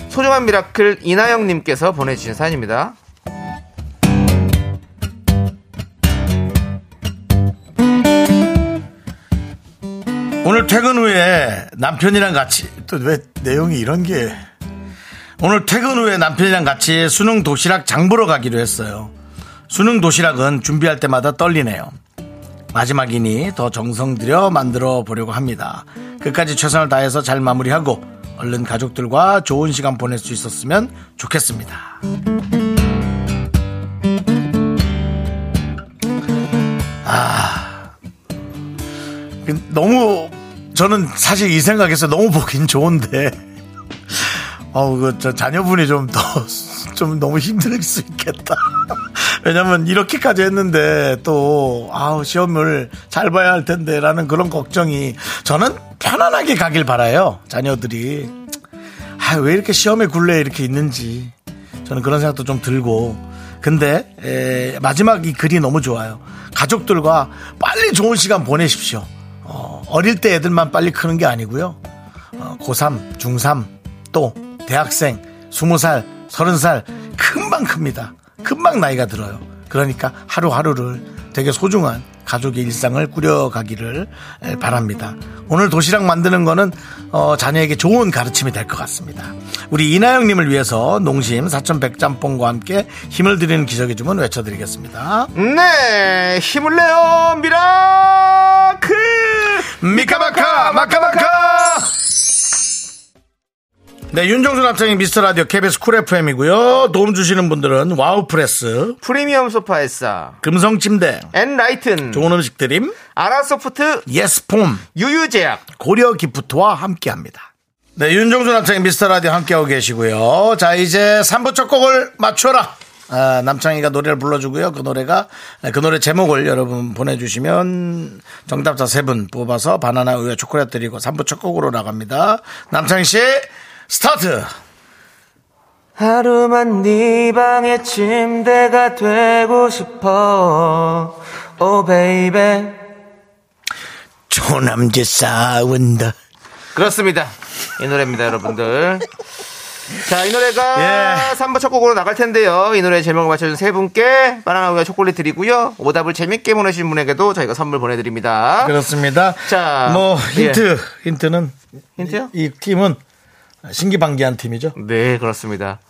소중한 미라클 이나영님께서 보내주신 사연입니다. 오늘 퇴근 후에 남편이랑 같이 또 왜 내용이 이런 게 오늘 퇴근 후에 남편이랑 같이 수능 도시락 장 보러 가기로 했어요. 수능 도시락은 준비할 때마다 떨리네요. 마지막이니 더 정성 들여 만들어 보려고 합니다. 끝까지 최선을 다해서 잘 마무리하고 얼른 가족들과 좋은 시간 보낼 수 있었으면 좋겠습니다. 그, 너무 저는 사실 이 생각에서 너무 보긴 좋은데 어우 그저 자녀분이 좀 더 좀 너무 힘들 수 있겠다. 왜냐면 이렇게까지 했는데 또 아우 시험을 잘 봐야 할 텐데라는 그런 걱정이 저는 편안하게 가길 바라요 자녀들이 아왜 이렇게 시험에 굴레 이렇게 있는지 저는 그런 생각도 좀 들고 근데 에, 마지막 이 글이 너무 좋아요 가족들과 빨리 좋은 시간 보내십시오 어, 어릴 때 애들만 빨리 크는 게 아니고요 어, 고3 중3 또 대학생 20살 30살 금방 큽니다 금방 나이가 들어요 그러니까 하루하루를 되게 소중한 가족의 일상을 꾸려가기를 에, 바랍니다. 오늘 도시락 만드는 거는 어, 자녀에게 좋은 가르침이 될 것 같습니다. 우리 이나영님을 위해서 농심 4,100짬뽕과 함께 힘을 드리는 기적의 주문 외쳐드리겠습니다. 네, 힘을 내요 미라클. 미카마카 마카마카 네 윤정수 남창의 미스터라디오 KBS 쿨 FM이고요 도움 주시는 분들은 와우프레스 프리미엄 소파에싸 금성침대 엔라이튼 좋은 음식 드림 아라소프트 예스폼 유유제약 고려 기프트와 함께합니다 네 윤정수 남창의 미스터라디오 함께하고 계시고요 자 이제 3부 첫 곡을 맞춰라 아, 남창희가 노래를 불러주고요. 그 노래가 그 노래 제목을 여러분 보내주시면 정답자 세 분 뽑아서 바나나 우유 초콜릿 드리고 3부 첫 곡으로 나갑니다. 남창희 씨 스타트. 하루만 네 방의 침대가 되고 싶어 Oh, 오 베이베 초남제 싸운다. 그렇습니다 이 노래입니다 여러분들 자 이 노래가 예. 3부 첫 곡으로 나갈 텐데요 이 노래 제목을 맞춰준 세 분께 바나나우유와 초콜릿 드리고요 오답을 재밌게 보내신 분에게도 저희가 선물 보내드립니다 그렇습니다. 자, 뭐 힌트 힌트는 힌트요? 이, 이 팀은 신기방기한 팀이죠. 네 그렇습니다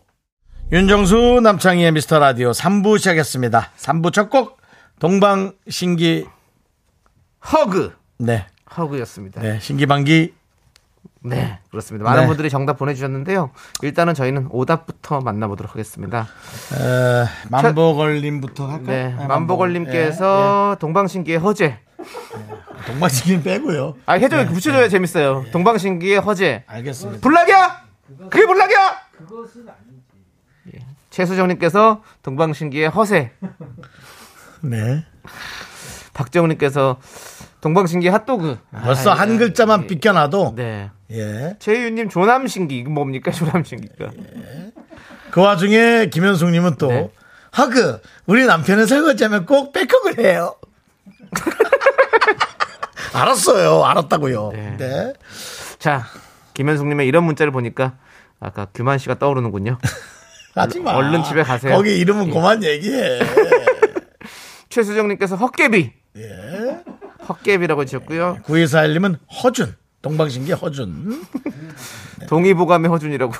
윤정수 남창희의 미스터 라디오 3부 시작했습니다. 3부 첫 곡 동방신기 허그 네, 허그였습니다. 네, 네 신기방기 그렇습니다. 많은 네. 분들이 정답 보내주셨는데요. 일단은 저희는 오답부터 만나보도록 하겠습니다. 어, 만보걸님부터 할까요? 네, 예, 아, 만보걸님께서 동방신기의 허재. 예, 예. 동방신기는 빼고요. 아 해줘요 붙여줘야 재밌어요. 동방신기의 허재. 알겠습니다. 불락이야? 그게 불락이야? 그것은 아니지. 예. 최수정님께서 동방신기의 허세. 네. 박정우님께서 동방신기 핫도그. 벌써 아, 한 예. 글자만 삐껴놔도 네. 예. 최유님 조남신기 이건 뭡니까 조남신기가? 그 와중에 김현숙님은 또 네. 하그 우리 남편은 설거지하면 꼭 백업을 해요. 알았어요, 알았다고요. 네. 네. 자 김현숙님의 이런 문자를 보니까 아까 규만 씨가 떠오르는군요. 하지 마. 얼른 집에 가세요. 예. 거기 이름은 그만 얘기해. 최수정님께서 헛개비. 예. 헛개비라고 지었고요. 9241님은 허준. 동방신기 허준. 네. 동의보감의 허준이라고.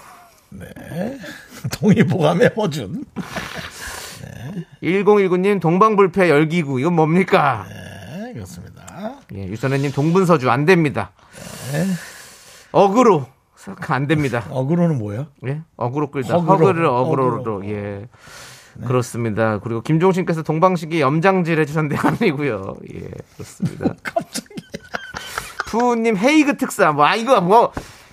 동의보감의 허준. 1019님 동방불패 열기구 이건 뭡니까? 네, 그렇습니다. 예, 유선혜님 동분서주 안 됩니다. 예. 어그로 사- 안 됩니다. 어그로는 뭐예요? 예, 어그로 끌다 어그로. 네. 허그를 어그로로 어그로. 예 그렇습니다. 그리고 김종신께서 동방식이 염장질 해주셨는데 아니고요. 예 그렇습니다. 갑자기. 푸우님 헤이그 특사 뭐 아, 이거 뭐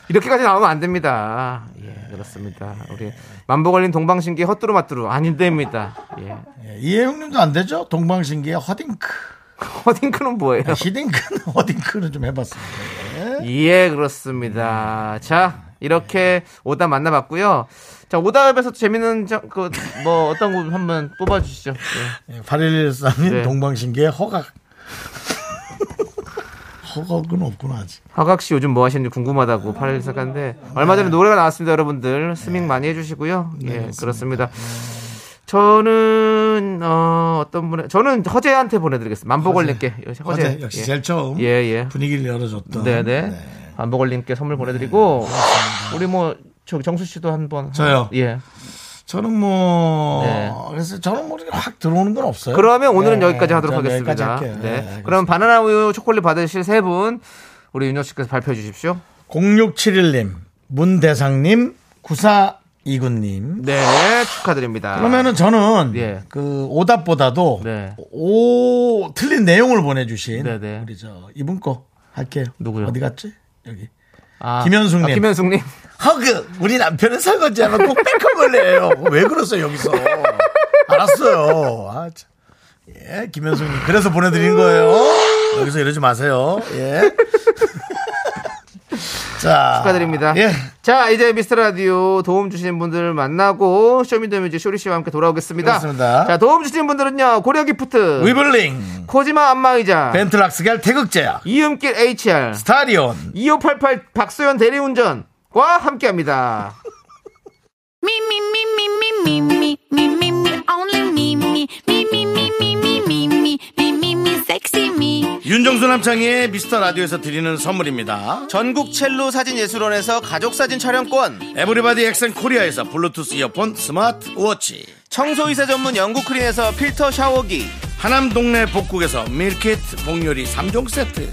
이렇게까지 나오면 안 됩니다. 예 그렇습니다. 우리 만보걸린 동방신기 헛두루 맞두루 안 됩니다. 예 예, 이혜영님도 안 되죠? 동방신기의 허딩크. 허딩크는 뭐예요? 히딩크는 허딩크는 좀 해봤습니다. 예, 그렇습니다. 자, 이렇게 오답 만나봤고요. 자, 오답에서 도 재밌는 점, 그, 뭐, 어떤 분 한번 뽑아주시죠. 예. 예, 8113님 네. 동방신기의 허각. 허각은 없구나 아직. 화각 씨 요즘 뭐 하시는지 궁금하다고 8일 시작하는데, 얼마 전에 노래가 나왔습니다, 여러분들. 스밍 많이 해주시고요. 예, 그렇습니다. 저는, 어, 어떤 분의, 저는 허재한테 보내드리겠습니다. 만보걸님께. 허재. 어제 역시 예. 제일 처음 예, 예. 분위기를 열어줬던. 네네. 네. 만보걸님께 선물 보내드리고, 우리 뭐, 저기 정수 씨도 한 번. 저요? 예. 저는 뭐 네. 그래서 저는 뭐 이렇게 확 들어오는 건 없어요. 그러면 오늘은 네, 여기까지 네, 하도록 저는 여기까지 하겠습니다. 할게요. 네. 네, 그럼 바나나 우유 초콜릿 받으실 세 분 우리 윤혁 씨께서 발표해 주십시오. 0671님, 문대상님, 9429님. 네, 축하드립니다. 그러면은 저는 예. 그 오답보다도 네. 오 틀린 내용을 보내주신 네네. 우리 저 이분 거 할게요. 누구요? 어디 갔지? 여기. 아, 김현숙님. 아, 김현숙님. 허그 우리 남편은 설거지하면 꼭 백업을 해요. 왜 그러세요 여기서? 알았어요. 아, 참. 예, 김현숙님 그래서 보내드린 거예요. 여기서 이러지 마세요. 예. 자 축하드립니다. 예. 자, 이제 미스터 라디오 도움 주시는 분들 만나고 쇼미더뮤직 쇼리 씨와 함께 돌아오겠습니다. 그렇습니다. 자, 도움 주시는 분들은요. 고려 기프트, 위블링 코지마 안마의자, 벤틀락스겔 태극제약 이음길 HR, 스타리온 2588 박소연 대리운전과 함께 합니다. Me, me, me, me, me, me, me, me, me, me, only me, me, me, me, me, me, me, me, me, me, me, me, sexy me. 윤정수 남창희의 미스터 라디오에서 드리는 선물입니다. 전국 첼로 사진 예술원에서 가족 사진 촬영권. 에브리바디 엑센 코리아에서 블루투스 이어폰 스마트 워치 청소이사 전문 영국 크린에서 필터 샤워기 하남 동네 복국에서 밀키트 복요리 3종 세트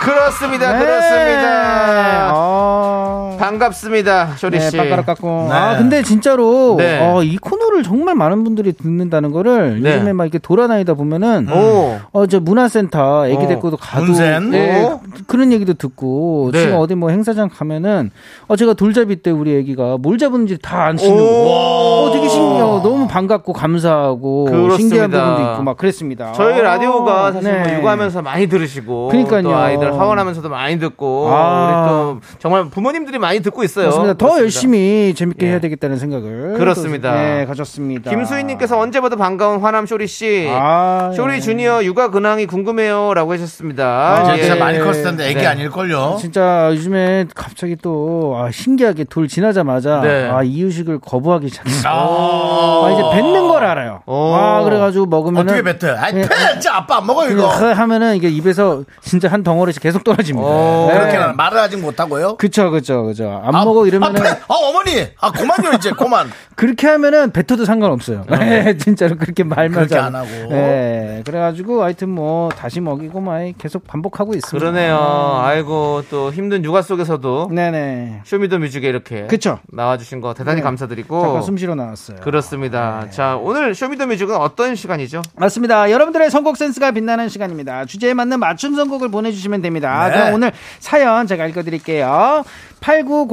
그렇습니다 그렇습니다 어... 반갑습니다, 쇼리 네, 네, 아. 씨. 빠까락 깎고. 네. 아, 근데 진짜로, 네. 어, 이 코너를 정말 많은 분들이 듣는다는 거를 네. 요즘에 막 이렇게 돌아다니다 보면은, 오. 어, 저 문화센터 애기 어. 데리고도 가도. 문센? 예, 오. 그런 얘기도 듣고, 네. 지금 어디 뭐 행사장 가면은, 어, 제가 돌잡이 때 우리 애기가 뭘 잡은지 다 안 치는 거. 어, 되게 신기하고, 너무 반갑고, 감사하고, 그렇습니다. 신기한 부분도 있고, 막 그랬습니다. 저희 어, 라디오가 사실 뭐 네. 육아하면서 많이 들으시고 그러니까요. 또 아이들 하원하면서도 많이 듣고 아. 우리 또 정말 부모님들이 많이 듣고 있어요. 그렇습니다. 더 그렇습니다. 열심히 재밌게 예. 해야 되겠다는 생각을 그렇습니다. 또, 네, 가졌습니다. 김수희님께서 언제 봐도 반가운 화남 쇼리 씨, 아, 쇼리 예. 주니어 육아 근황이 궁금해요라고 하셨습니다. 아, 예. 진짜 많이 컸을 텐데 애기 네. 아닐걸요. 진짜 요즘에 갑자기 또 아, 신기하게 돌 지나자마자 네. 아, 이유식을 거부하기 시작했어요. 아, 이제 뱉는 걸 알아요. 오. 아 그래가지고 먹으면 어떻게 뱉어? 아이, 네. 예. 뱉어, 진짜 아빠 안그 먹어, 이거. 하면은 이게 입에서 진짜 한 덩어리씩 계속 떨어집니다. 오. 그렇게 는 말을 아직 못하고요. 그쵸 그쵸 그쵸 안 아, 먹어 이러면은 아, 배- 아, 어머니! 아, 그만요, 이제, 그만. 그렇게 하면은 뱉어도 상관없어요. 예, 진짜로 그렇게 말만 아, 네. 그렇게 잘- 안 하고. 예, 그래가지고 하여튼 뭐 다시 먹이고 막 계속 반복하고 있습니다. 그러네요. 음. 아이고 또 힘든 육아 속에서도 네네. 쇼미더뮤직에 이렇게 음. 그쵸. 나와주신 거 대단히 네. 감사드리고 잠깐 숨 쉬러 네. 나왔어요. 그렇습니다. 자 오늘 쇼미더뮤직은 어떤 시간이죠? 맞습니다. 여러분들의 선곡 센스가 빛나는 시간입니다. 주제에 맞는 맞춤 선곡을 보내주시면 됩니다. 네. 그럼 오늘 사연 제가 읽어드릴게요.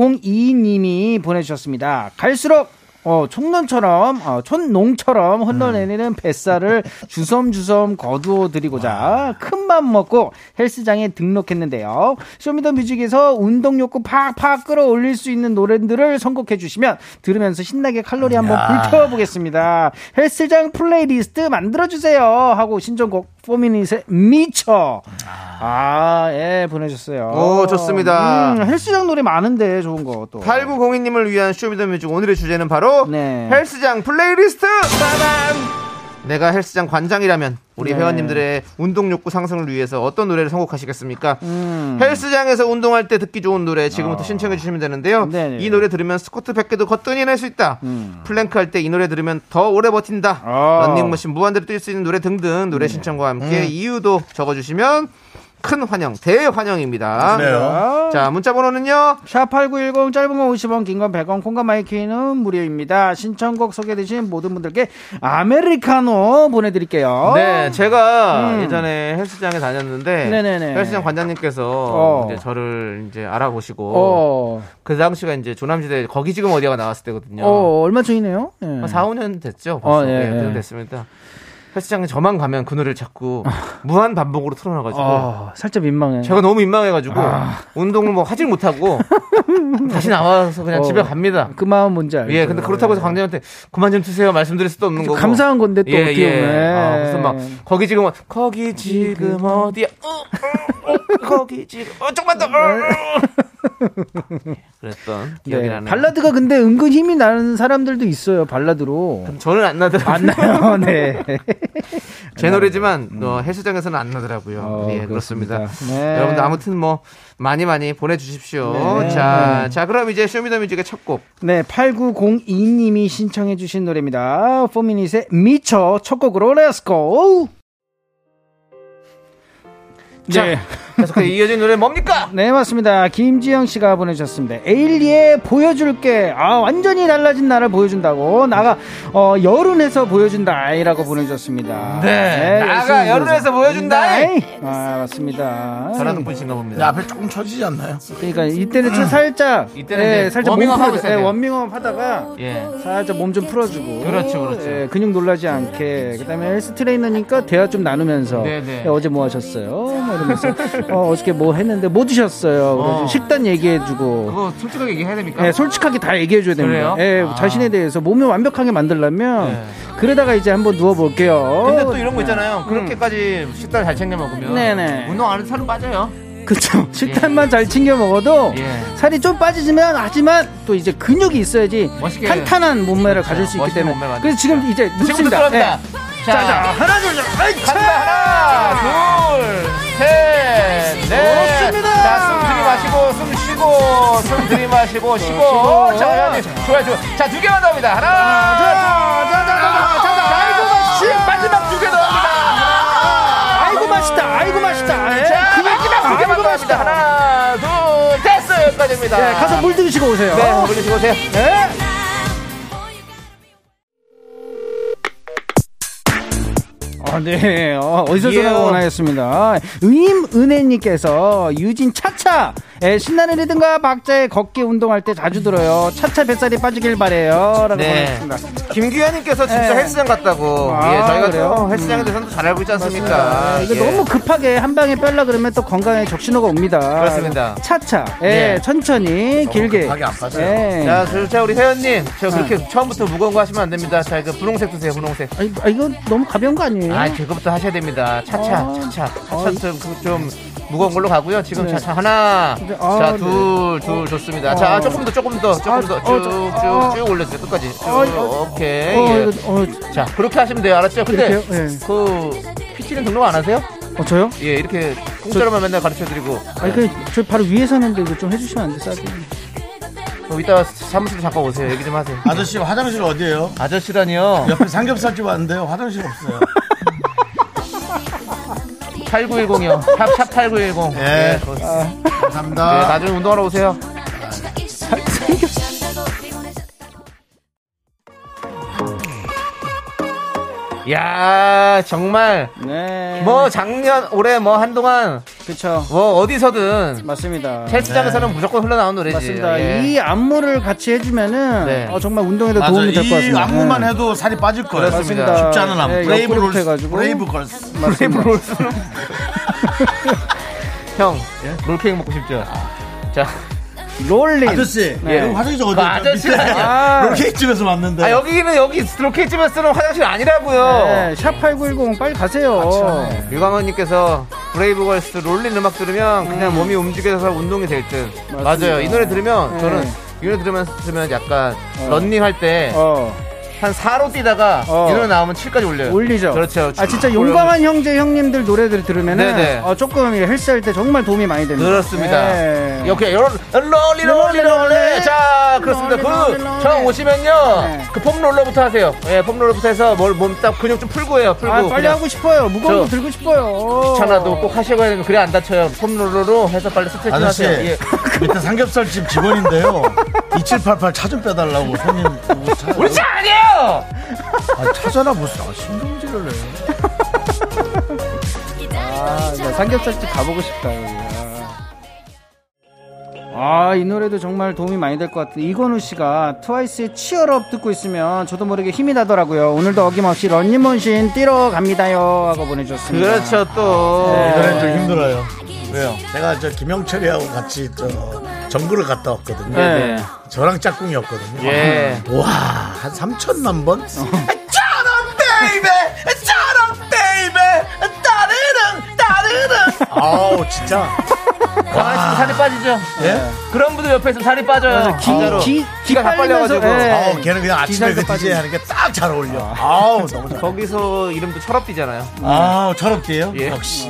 8902님이 보내주셨습니다. 갈수록 어, 촌농처럼, 어, 촌농처럼 흘러내리는 뱃살을 주섬주섬 거두어드리고자 큰 맘 먹고 헬스장에 등록했는데요. 쇼미더뮤직에서 운동욕구 팍팍 끌어올릴 수 있는 노래들을 선곡해주시면 들으면서 신나게 칼로리 한번 불태워보겠습니다. 헬스장 플레이리스트 만들어주세요. 하고 신청곡 포미닛의 미쳐. 아, 예, 보내주셨어요. 오, 좋습니다. 음, 헬스장 노래 많은데 좋은 거 또. 8902님을 위한 쇼미더뮤직 오늘의 주제는 바로 네. 헬스장 플레이리스트 빠밤! 내가 헬스장 관장이라면 우리 네. 회원님들의 운동 욕구 상승을 위해서 어떤 노래를 선곡하시겠습니까? 음. 헬스장에서 운동할 때 듣기 좋은 노래 지금부터 신청해 주시면 되는데요. 어. 네네. 음. 이 노래 들으면 스쿼트 100개도 거뜬히 낼 수 있다. 플랭크 할 때 이 노래 들으면 더 오래 버틴다. 아. 네. 런닝머신 무한대로 뛸 수 있는 노래 등등 노래 신청과 음. 함께 이유도 적어주시면 큰 환영, 대환영입니다. 아. 그래요. 자, 문자 번호는요. 샵8910 짧은 거 50원 긴 건 100원 콩과 마이키는 무료입니다. 신청곡 소개되신 모든 분들께 아메리카노 보내드릴게요. 네, 제가 어. 음. 예전에 헬스장에 다녔는데 네네네. 헬스장 관장님께서 어. 이제 저를 이제 알아보시고 어, 그 당시가 이제 조남지대 거기 지금 어디가 나왔을 때거든요. 어, 얼마 전이네요? 예. 한 4, 5년 됐죠. 벌써. 어, 예, 예, 그 정도 예. 됐습니다. 헬스장에 저만 가면 그 노래를 자꾸 무한 반복으로 틀어놔가지고 어, 아. 살짝 민망해. 제가 너무 민망해가지고 운동을 뭐 하질 못하고 다시 나와서 그냥 어. 집에 갑니다. 그 마음 뭔지 알죠. 예, 근데 그렇다고 해서 광장한테 그만 좀 드세요 말씀드릴 수도 없는 거고. 감사한 건데 또 예, 어떻게 예. 보면. 아, 그래서 막 거기 지금 어- 거기 지금 뭐. 어디야? 어, 어, 어, 거기 지금 어 조금만 더. 어, 어. 그랬던 기억이 네. 네. 나네요. 발라드가 근데 은근 힘이 나는 사람들도 있어요. 발라드로. 저는 안 나더라고요. 안 나요. 네. 제 노래지만 어, 헬스장에서는 안 나더라고요. 어, 예, 그렇습니다. 그렇습니다. 네. 여러분들 아무튼 뭐 많이 많이 보내주십시오. 네. 자, 자 그럼 이제 쇼미더뮤직의 첫 곡. 네, 8902님이 신청해 주신 노래입니다. 포미닛의 미쳐 첫 곡으로 렛츠고! 자, 네. 계속해서 이어진 노래 뭡니까? 네, 맞습니다. 김지영 씨가 보내주셨습니다. 에일리의 보여줄게. 아, 완전히 달라진 나를 보여준다고. 나가, 어, 여론에서 보여준다. 이라고 보내주셨습니다. 네, 나가 여론에서 보여준다. 아, 맞습니다. 잘하는 분이신가 봅니다. 근데 앞에 조금 처지지 않나요? 그러니까 이때는 좀 살짝, 음. 예, 이때는 이제 살짝 워밍업 몸 하고 풀어줘- 있어야 예, 돼요. 워밍업 하다가 예. 살짝 몸 좀 풀어주고 그렇죠, 그렇죠. 예, 근육 놀라지 않게 그다음에 헬스 트레이너니까 대화 좀 나누면서 네네. 예, 어제 뭐 하셨어요? 뭐 이러면서 어, 어저께 뭐 했는데 뭐 드셨어요? 그래서 어. 식단 얘기해주고 그거 뭐, 솔직하게 얘기해야 됩니까? 예, 솔직하게 다 얘기해줘야 됩니다. 그래요? 예, 아. 네. 자신에 대해서 몸을 완벽하게 만들려면 그러다가 이제 한번 누워볼게요. 근데 또 이런 거 있잖아요. 그렇게까지 식단 잘 챙겨 먹으면 어, 네. 음. 네네. 운동 안 해도 살은 빠져요. 그쵸. 식단만 잘 챙겨 먹어도 예. 살이 좀 빠지지만 하지만 또 이제 근육이 있어야지 멋있게. 그렇죠. 탄탄한 몸매를 가질 수 있기 멋있는 때문에. 몸매를 그래서 지금 이제 지금부터 눕습니다. 예. 네. 들어갑니다. 자, 자, 자, 하나, 둘, 셋. 아이, 참! 하나, 둘, 셋, 넷. 좋습니다. 자, 숨 들이마시고, 숨 쉬고, 숨 들이마시고, 쉬고. 자, 회원님. 좋아요, 좋아요. 자, 두 개만 더 합니다. 하나, 둘, 자, 자, 자, 자, 자, 자, 아이고, 맛있다. 마지막 두 개 더 합니다. 하나, 아이고, 맛있다. 아이고, 맛있다. 에이, 자, 근육- 마지막 두 개만 아이고, 더 합니다. 맛있다. 하나, 둘, 됐어. 여기까지 됩니다. 네, 가서 물 들이시고 오세요. 네, 물 드시고 오세요. 네. 아, 네. 어, 어디서 예요. 전화가 원하였습니다. 의임은혜님께서 유진 차차! 에, 신나는 리듬과 박자의 걷기 운동할 때 자주 들어요. 차차 뱃살이 빠지길 바래요. 라고 네. 보내셨습니다. 김규현님께서 진짜 네. 헬스장 갔다고. 아, 예, 저희가 그래요? 또 헬스장에 대해서는 또잘 알고 있지 아, 않습니까? 네, 이거 예. 너무 급하게 한 방에 뺄라 그러면 또 건강에 적신호가 옵니다. 그렇습니다. 차차, 예, 네. 천천히, 길게. 네. 급하게 안 빠져요. 예. 자, 그, 자, 우리 세연님. 저 그렇게 처음부터 무거운 거 하시면 안 됩니다. 자, 이거 분홍색 드세요, 분홍색. 아, 이- 아, 이거 너무 가벼운 거 아니에요? 아, 그거부터 하셔야 됩니다. 차차, 어. 차차. 차차 네. 어, 이- 좀, 그- 좀 무거운 걸로 가고요. 지금 네. 차차 하나. 근데- 아, 자, 네. 둘, 둘 좋습니다. 자, 어. 조금 더, 조금 더, 조금 아, 더. 어, 쭉, 저- 쭉, 어. 쭉 올려주세요. 끝까지. 쭉, 어, 이거- 오케이. 어, 예. 이거, 어, 자, 그렇게 하시면 돼요. 알았죠? 근데 이렇게요? 예. 그 PT는 등록 안 하세요? 어, 저요? 예, 이렇게 공짜로만 맨날 가르쳐드리고 아니, 그, 저 바로 위에 사는데 이거 좀 해주시면 안 돼, 싸게. 어, 이따 사무실로 잠깐 오세요. 얘기 좀 하세요. 아저씨 화장실 어디예요? 아저씨라니요. 옆에 삼겹살집 왔는데요. 화장실 없어요. 8910이요. 샵, 샵 8910. 예. 아. 거- 네, 감사합니다. 나중에 운동하러 오세요. 야 정말 네. 뭐 작년 올해 뭐 한동안 그쵸. 뭐 어디서든 맞습니다. 헬스장에서는 무조건 흘러나온 노래지. 맞습니다. 예. 이 안무를 같이 해주면은 네. 어, 정말 운동에도 맞아, 도움이 될이것 같습니다. 안무만 네. 해도 살이 빠질 거예요. 그렇습니다. 쉽지 않은 안무. 예, 브레이브 옆구리 롤스. 해가지고. 브레이브 걸스. 아, 맞습니다. 형 롤케이크 먹고 싶죠. 자, 롤링. 아저씨. 네. 여기 화장실 어디 그 아저씨 아니야. 아, 롤케이집에서 왔는데. 아 여기는 여기 롤케이크집에 쓰는 화장실 아니라고요. 네, 샵8910 빨리 가세요. 아, 유광원님께서 브레이브걸스 롤린 음악 들으면 그냥 몸이 움직여서 운동이 될 듯. 맞습니다. 맞아요. 이 노래 들으면 네. 저는 이 노래 들으면 들으면 약간 런닝 할 때 한 어, 4로 뛰다가 어. 이 노래 나오면 7까지 올려요. 올리죠. 그렇죠. 아, 진짜 용감한 형제, 형님들 네네. 노래들 들으면은 어, 조금 이 헬스할 때 정말 도움이 많이 됩니다. 그렇습니다. 예. 이렇게 롤 롤리 롤리 롤리 자 그렇습니다. 롤리, 롤리, 롤리. 그처음 오시면요 네. 그 폼 롤러부터 하세요. 예, 폼 롤러부터 해서 뭘 몸 딱 근육 좀 풀고 해요. 풀고 아, 빨리 그냥. 하고 싶어요. 무거운 저- 거 들고 싶어요. 귀찮아도 꼭 하셔야 되는 그래 안 다쳐요. 폼 롤러로 해서 빨리 스트레칭 아저씨. 하세요. 예. 밑에 삼겹살집 직원인데요. 2788 차 좀 빼달라고 손님 보고 차. 우리 차 아니에요! 아, 차잖아 무슨 아, 신경질을 내. 아, 나 삼겹살집 가보고 싶다. 여기. 아, 아, 이 노래도 정말 도움이 많이 될 것 같은데. 이건우 씨가 트와이스의 치얼업 듣고 있으면 저도 모르게 힘이 나더라고요. 오늘도 어김없이 런닝머신 뛰러 갑니다요. 하고 보내주셨습니다. 그렇죠 또. 이 노래는 좀 힘들어요. 왜요? 제가 아, 예. 저 김영철이하고 같이 저 정글을 갔다 왔거든요. 네. 저랑 짝꿍이었거든요. 예. 와, 한 3천만 번? 짜란 베이베! 짜란 베이베! 따르릉! 따르릉! 아우, 진짜. 가만히 있으면 살이 빠지죠. 예? 그런 분들 옆에 있으면 살이 빠져요. 진짜로. 아, 기, 기, 기가 다 빨리면서, 빨려가지고. 예. 아우, 걔는 그냥 아침에 그 기사에서 DJ 하는 게 딱 잘 어울려. 아우, 너무 잘. 거기서 이름도 철업디잖아요. 아우, 철없게요? 예. 역시.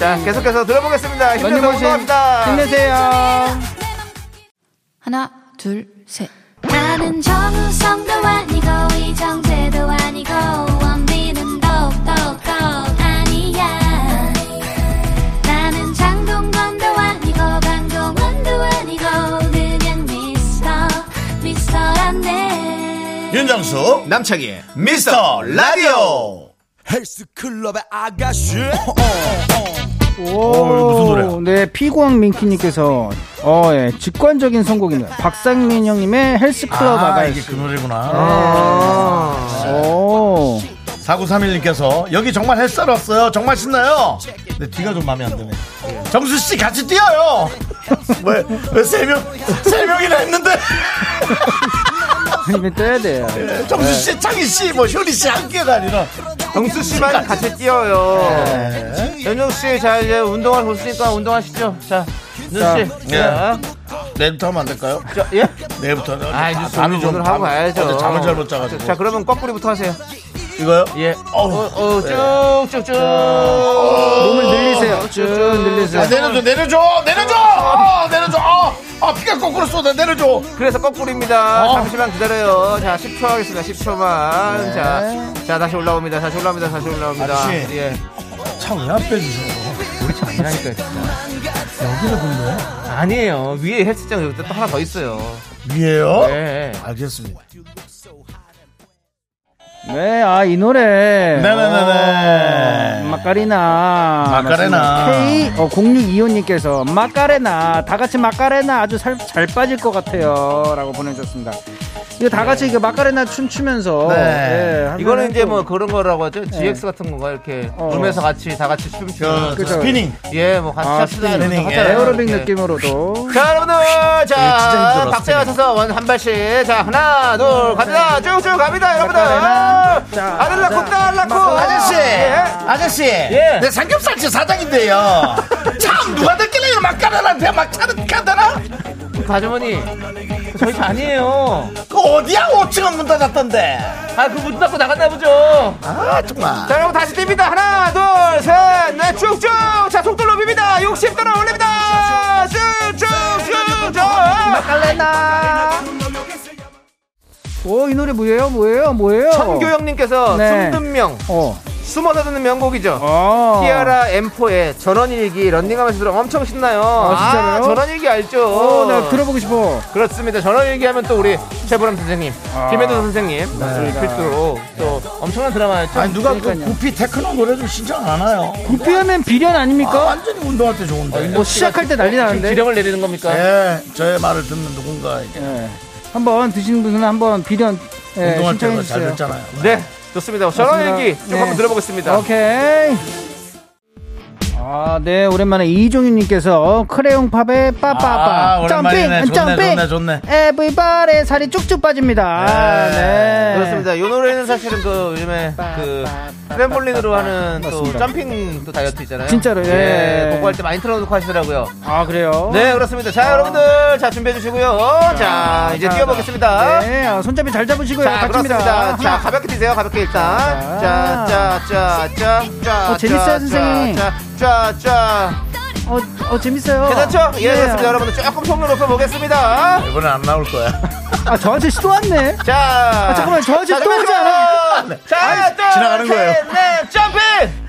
자, 계속해서 들어보겠습니다. 힘내서 런닝머신 운동합니다. 힘내세요. 하나, 둘, 셋. 나는 정우성도 아니고 이정재도 아니고 원빈은 더욱더 아니야 나는 장동건도 아니고 강동원도 아니고 그냥 미스터 미스터란데 윤정수 남창희 미스터 라디오 어, 오, 네, 피구왕 민키님께서, 어, 예, 직관적인 선곡입니다. 박상민 형님의 헬스클럽 아, 아, 가이 이게 씨 그 노래구나. 오, 4931님께서 여기 정말 햇살 왔어요. 정말 신나요. 근데 뒤가 좀 마음에 안 드네. 정수 씨 같이 뛰어요. 왜왜세명세 명이나 했는데 힘이 떼야 돼요. 정수 씨, 창희 씨, 뭐 효리 씨 함께가 아니라 정수 씨만 같이 뛰어요. 연정 씨, 자, 이제 운동할 보시니까 운동하시죠. 자, 윤 씨. 예. 네. 자, 내일부터 하면 안 될까요? 저, 예? 내일부터 하자. 아이, 뉴스 오늘 좀- 오늘 하고 밤- 가야죠. 어제 잠을 잘못 자가지고. 자, 그러면 꽉부리부터 하세요. 이거요? 예. 어, 어우. 어, 쭉쭉쭉. 몸을 늘리세요. 쭉 늘리세요. 아, 내려줘, 내려줘, 내려줘, 아, 내려줘. 아, 아, 피가 거꾸로 쏟아 내려줘. 그래서 거꾸로입니다. 어. 네. 잠시만 기다려요. 자, 10초 하겠습니다. 10초만. 자, 자, 다시 올라옵니다. 다시 올라옵니다. 다시 올라옵니다. 아저씨. 예. 창왜안 빼주세요? 우리 아니라니까요, 진짜. 여기를 붙네. 아니에요. 위에 헬스장 여기 또 하나 더 있어요. 위에요? 네. 알겠습니다. 네, 아, 이 노래. 네네네네. 어, 마카리나. 마카레나. K0625님께서 마카레나. 다 같이 마카레나 아주 살, 잘 빠질 것 같아요. 라고 보내주셨습니다. 이거 다 같이 이거 마카레나 춤추면서. 예, 네. 한 이거는 사람이 이제 또- 뭐 그런 거라고 하죠. GX 같은 건가 이렇게 어. 룸에서 같이 다 같이 춤추는. 그죠. 스피닝. 예, 뭐 같이 아, 합시다. 스피닝. 이러면서 예. 하잖아요. 에어로빅 예. 느낌으로도. 예, 자 여러분들 진짜 자 힘들어, 박자에 맞춰서 원 한 발씩 자 하나 둘 갑니다 쭉쭉 갑니다 여러분들 자, 아들라쿠 딸라쿠 아저씨! 예. 아저씨! 예. 내 삼겹살집 사장인데요. 참, 누가 듣길래 이런 막가라한테 막차는 가더라? 가주머니 그 저희 집 아니에요 그 어디야? 5층은 문 닫았던데. 아그문 닫고 나갔나 보죠 아, 정말. 자 여러분 다시 뜁니다 하나 둘셋넷 네, 쭉쭉 자 속도 높입니다 60도로 올립니다 쭉쭉쭉쭉 막갈레나 오, 이 노래 뭐예요? 뭐예요? 뭐예요? 천교영님께서 네. 숨든 명 어. 숨어서 듣는 명곡이죠 어. 티아라 M4의 전원일기 런닝하면서 들어 엄청 신나요. 아, 진짜로요? 전원일기 알죠? 어, 나 들어보고 싶어. 그렇습니다. 전원일기 하면 또 우리 최보람 선생님, 아. 김혜도 선생님 우리 네. 필두로 또 엄청난 드라마였죠. 아니, 누가 그 그러니까요. 구피 테크노 노래 좀 신청 안 하나요? 구피하면 그 비련 아, 아닙니까? 완전히 운동할 때 좋은데. 아, 뭐 시작할 때 난리 지금 나는데. 어, 기령을 내리는 겁니까? 예, 저의 말을 듣는 누군가에게 예. 한번 드시는 분은 한번 비련 예, 운동할 신청해 때가 잘 주세요. 됐잖아요. 네, 좋습니다. 전원일기 쭉 네. 한번 들어보겠습니다. 오케이. 아, 네, 오랜만에 이종윤님께서 크레용 팝의 아, 빠빠빠 오랜만이네. 점핑, 좋네, 좋네, 점핑, 좋네. 에브리바리 살이 쭉쭉 빠집니다. 아, 네. 네, 그렇습니다. 이 노래는 사실은 그 요즘에 그 트램폴린으로 하는 또 맞습니다. 점핑 또 다이어트 있잖아요. 진짜로요? 예. 예. 그거 할 때 많이 틀어놓고 하시더라고요. 아, 그래요. 네, 그렇습니다. 자, 여러분들 자 준비해 주시고요. 자, 이제 어. 자, 뛰어보겠습니다. 네, 아, 손잡이 잘 잡으시고요. 자, 다칩니다. 아. 그렇습니다. 자, 가볍게 뛰세요. 가볍게 일단. 자, 자. 자, 자, 자, 자. 어, 재밌어요, 자, 선생님. 자, 자, 자. 어, 어, 재밌어요. 괜찮죠? 예, 네. 그렇습니다. 여러분들 조금 속도 높여 보겠습니다. 이번엔 안 나올 거야. 아, 저 아저씨 또 왔네. 자. 잠깐만, 저 아저씨 자, 또 오지 않아? 자, 자, 지나가는 거예요. 네, 점핑.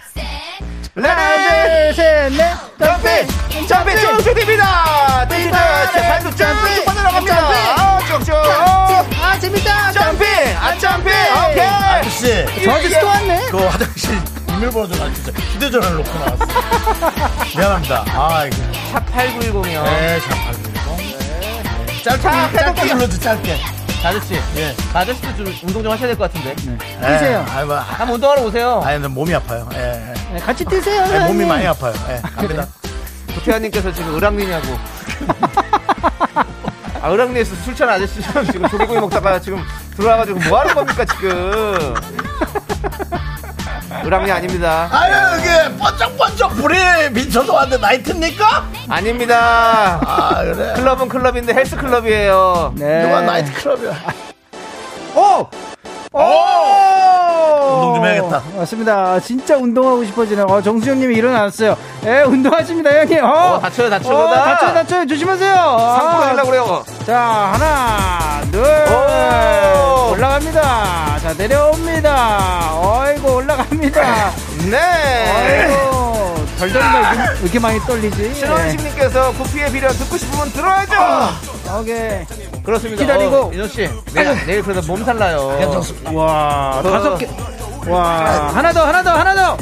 하나, 레드 둘, 셋, 넷. 점핑. 점핑 쭉쭉 뜁니다. 뜁니다. 자, 발도 쭉쭉 뻗어나갑니다. 아, 쭉쭉. 아, 재밌다. 점핑. 아, 점핑. 오케이. 아저씨, 저 아저씨 또 왔네. 그 화장실 비밀번호 좀 아시죠? 휴대전화를 놓고 나왔어. 미안합니다. 아, 이거. 샵 8910이요. 네, 잠깐만요. 짧게, 음, 자, 짧게 해볼게요. 눌러줘, 짧게. 아저씨. 예. 아저씨도 좀 운동 좀 하셔야 될 것 같은데. 뛰세요. 아, 뭐, 아, 한번 운동하러 오세요. 아니, 근데 몸이 아파요. 예, 예. 네, 같이 뛰세요. 예, 몸이 선생님. 많이 아파요. 예, 갑니다. 부태환님께서 지금 을왕리냐고. 아, 을왕리에서 술 취한 아저씨처럼 지금 조개구이 먹다가 지금 들어와가지고 뭐 하는 겁니까, 지금. 을왕리 아닙니다. 아유, 이게 번쩍번쩍 불이 비춰서 왔는데 나이트입니까? 아닙니다. 아, 그래. 클럽은 클럽인데 헬스 클럽이에요. 네. 누가 나이트클럽이야. 오! 운동 좀 해야겠다. 어! 맞습니다. 아, 진짜 운동하고 싶어지네요. 어, 정수영님이 일어났어요. 예, 운동하십니다, 형님. 어, 어, 다쳐요, 다쳐요, 어, 그러다. 다쳐요, 다쳐요. 조심하세요. 상품 아, 하려고 그래요. 자, 하나, 둘. 오. 올라갑니다. 자, 내려옵니다. 어이구, 올라갑니다. 네! 어이구. 덜덜덜 왜 이렇게 많이 떨리지? 네. 신원식님께서 구피의 비련 듣고 싶으면 들어야죠! 예. 오케이. 그렇습니다. 기다리고. 어, 민호 씨, 내일, 내일 그래도 몸살 나요. 와, 그- 다섯 개. 와, 하나 더, 하나 더, 하나 더.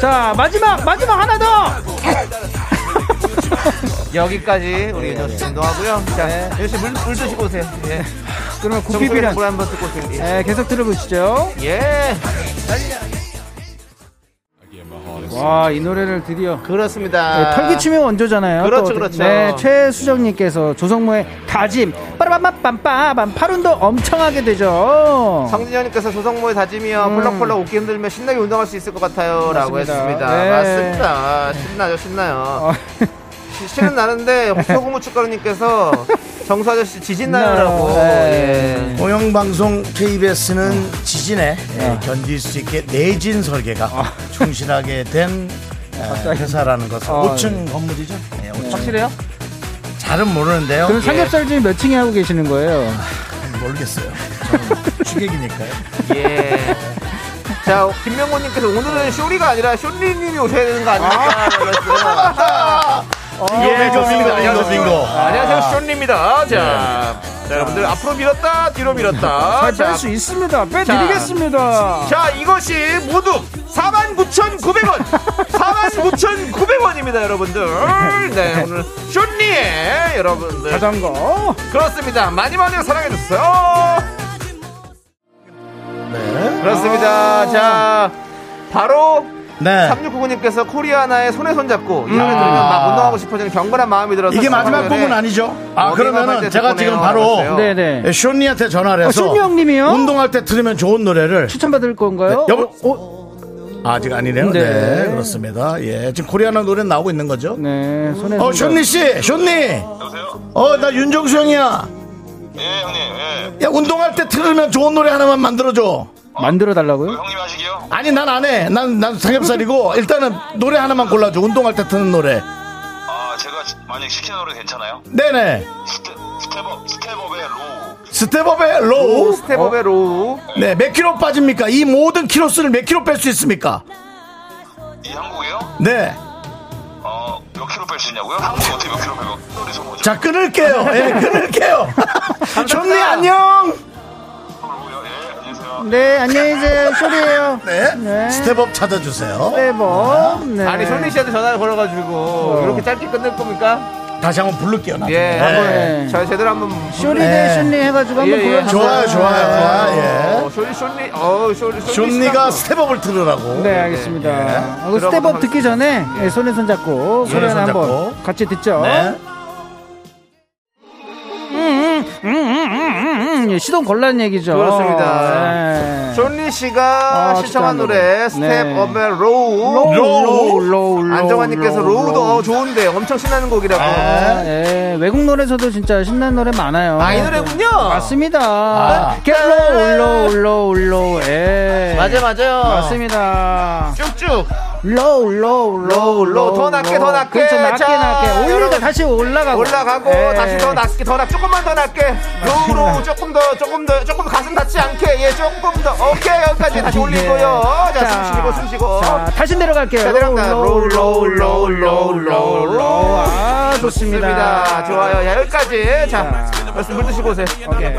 자, 마지막, 마지막 하나 더. 여기까지 우리 예. 민호 씨 운동하고요. 자, 민호 씨 물, 물 드시고 오세요. 예. 그러면 구피 정수리 비련. 물 한번 듣고 오세요. 예. 예, 계속 들어보시죠. 예. 와, 이 노래를 드디어. 네, 그렇습니다. 털기춤이 원조잖아요. 아. 그렇죠, 또. 그렇죠. 네, 최수정님께서 조성모의 다짐, 빠라밤빰빰빰, 팔운도 엄청하게 되죠. 성진현님께서 조성모의 다짐이요. 펄럭펄럭 웃기 힘들면 신나게 운동할 수 있을 것 같아요. 라고 음. 맞습니다. 했습니다. 네. 어. 맞습니다. 신나죠, 신나요. 시- 신은 나는데, 소금후 축가루님께서 정수 아저씨 지진나요라고. 네. 예. 공영방송 KBS는 지진에 예, 견딜 수 있게 내진 설계가 충실하게 된 예, 회사라는 것은 아, 5층 건물이죠. 예, 5층. 확실해요? 잘은 모르는데요. 그럼 삼겹살 중에 몇 층에 하고 계시는 거예요? 모르겠어요. 저는 주객이니까요. 예. 자, 김명곤님께서 오늘은 쇼리가 아니라 쇼리님이 오셔야 되는 거 아닙니까? 그랬어요. 예, 좋습니다. 아, 안녕하세요. 빙고. 아. 안녕하세요, 쇼리입니다. 자, 자, 여러분들 앞으로 밀었다, 뒤로 밀었다. 아, 자, 네. 잘뺄수 있습니다. 빼드리겠습니다. 자, 이것이 모두 49,900원! 49,900원입니다, 여러분들. 네, 오늘 쇼리의 여러분들. 자전거. 그렇습니다. 많이 많이 사랑해주세요. 네. 그렇습니다. 아. 자, 바로 네. 3699님께서 코리아나의 손에 손잡고 이 노래 들으면 막 운동하고 싶어지는 경건한 마음이 들어서 이게 마지막 정말 부분 아니죠? 아, 어디가 그러면은 발대 제가 듣고 지금 내요. 바로 그랬어요. 네네. 예, 쇼니한테 전화를 어, 해서 쇼니 형님이요? 운동할 때 들으면 좋은 노래를 추천받을 건가요? 네, 여보, 어? 아직 아니네요. 네. 네. 그렇습니다. 예, 지금 코리아나 노래 나오고 있는 거죠? 네, 손에. 어, 손잡- 쇼니 씨, 쇼니. 어, 나 윤정수 형이야. 예, 형님. 야, 운동할 때 들으면 좋은 노래 하나만 만들어 줘. 만들어 달라고요? 아니, 난 안 해. 난, 난 삼겹살이고, 일단은 노래 하나만 골라줘. 운동할 때 트는 노래. 아 제가 만약 시키는 노래 괜찮아요? 네네. 스텝 스텝업 스텝업의 로우 스텝업의 로우. 스텝업의 로우. 네, 몇 킬로 빠집니까? 이 모든 키로수를 몇 킬로 뺄 수 있습니까? 이 한국이요? 네. 어몇 킬로 뺄 수 있냐고요? 한국 어떻게 몇 킬로 빼고 소리 소모죠? 자, 끊을게요. 예, 끊을게요. 존니 안녕! 네, 안녕히 계세요. 쇼리예요 네. 네. 스텝업 찾아주세요. 네. 빼버. 네. 아니, 손리 씨한테 전화를 걸어가지고 이렇게 짧게 끝낼 겁니까? 다시 한번 부를게요, 나중에. 예, 네. 한번 저 제대로 한번. 쇼리 네. 대 쇼리 해가지고 한번 예, 예. 골라주세요. 좋아요, 좋아요, 좋아요. 어, 쇼리 쇼리 어 쇼리 예. 쇼리 존니가 씨랑 스텝업을 들으라고. 네, 예, 알겠습니다. 하고 그럼 스텝업 한번 듣기 전에 예, 손에 손 잡고 소리 하나 손잡고. 한번 같이 듣죠. 네. 음, 음, 음, 음, 시동 걸란 얘기죠. 그렇습니다. 네. 쇼리 씨가 아, 신청한 추천한 노래 노래. 스텝업의 네. 로우. 로우, 로우, 로우, 안정환님께서 로우, 로우도 로우. 어, 좋은데 엄청 신나는 곡이라고. 아, 예, 외국 노래에서도 진짜 신나는 노래 많아요. 아, 이 노래군요. 아. 맞습니다. 갤로 울로 울로 울로. 예. 맞아 맞아요. 맞습니다. 쭉쭉. 로우 로우 로우, 로우 로우. 더 낮게, 더 낮게. 그렇죠 낮게 자, 낮게 여러분. 올리니까 다시 올라가고 올라가고 예. 아, 다시 더 낮게 더 낮, 조금만 더 낮게 로우 로우 조금 더 조금 더 조금 가슴 닿지 않게 예 조금 더 오케이 여기까지 다시 올리고요. 자, 숨 쉬고 숨 쉬고. 네. 자, 다시 내려갈게요. 자, 내려간다. 로우, 로우, 로우, 로우, 로우, 로우, 로우. 로우. 아, 좋습니다. 좋습니다. 좋아요. 야, 여기까지. 자, 말씀 물 드시고 오세요. 네.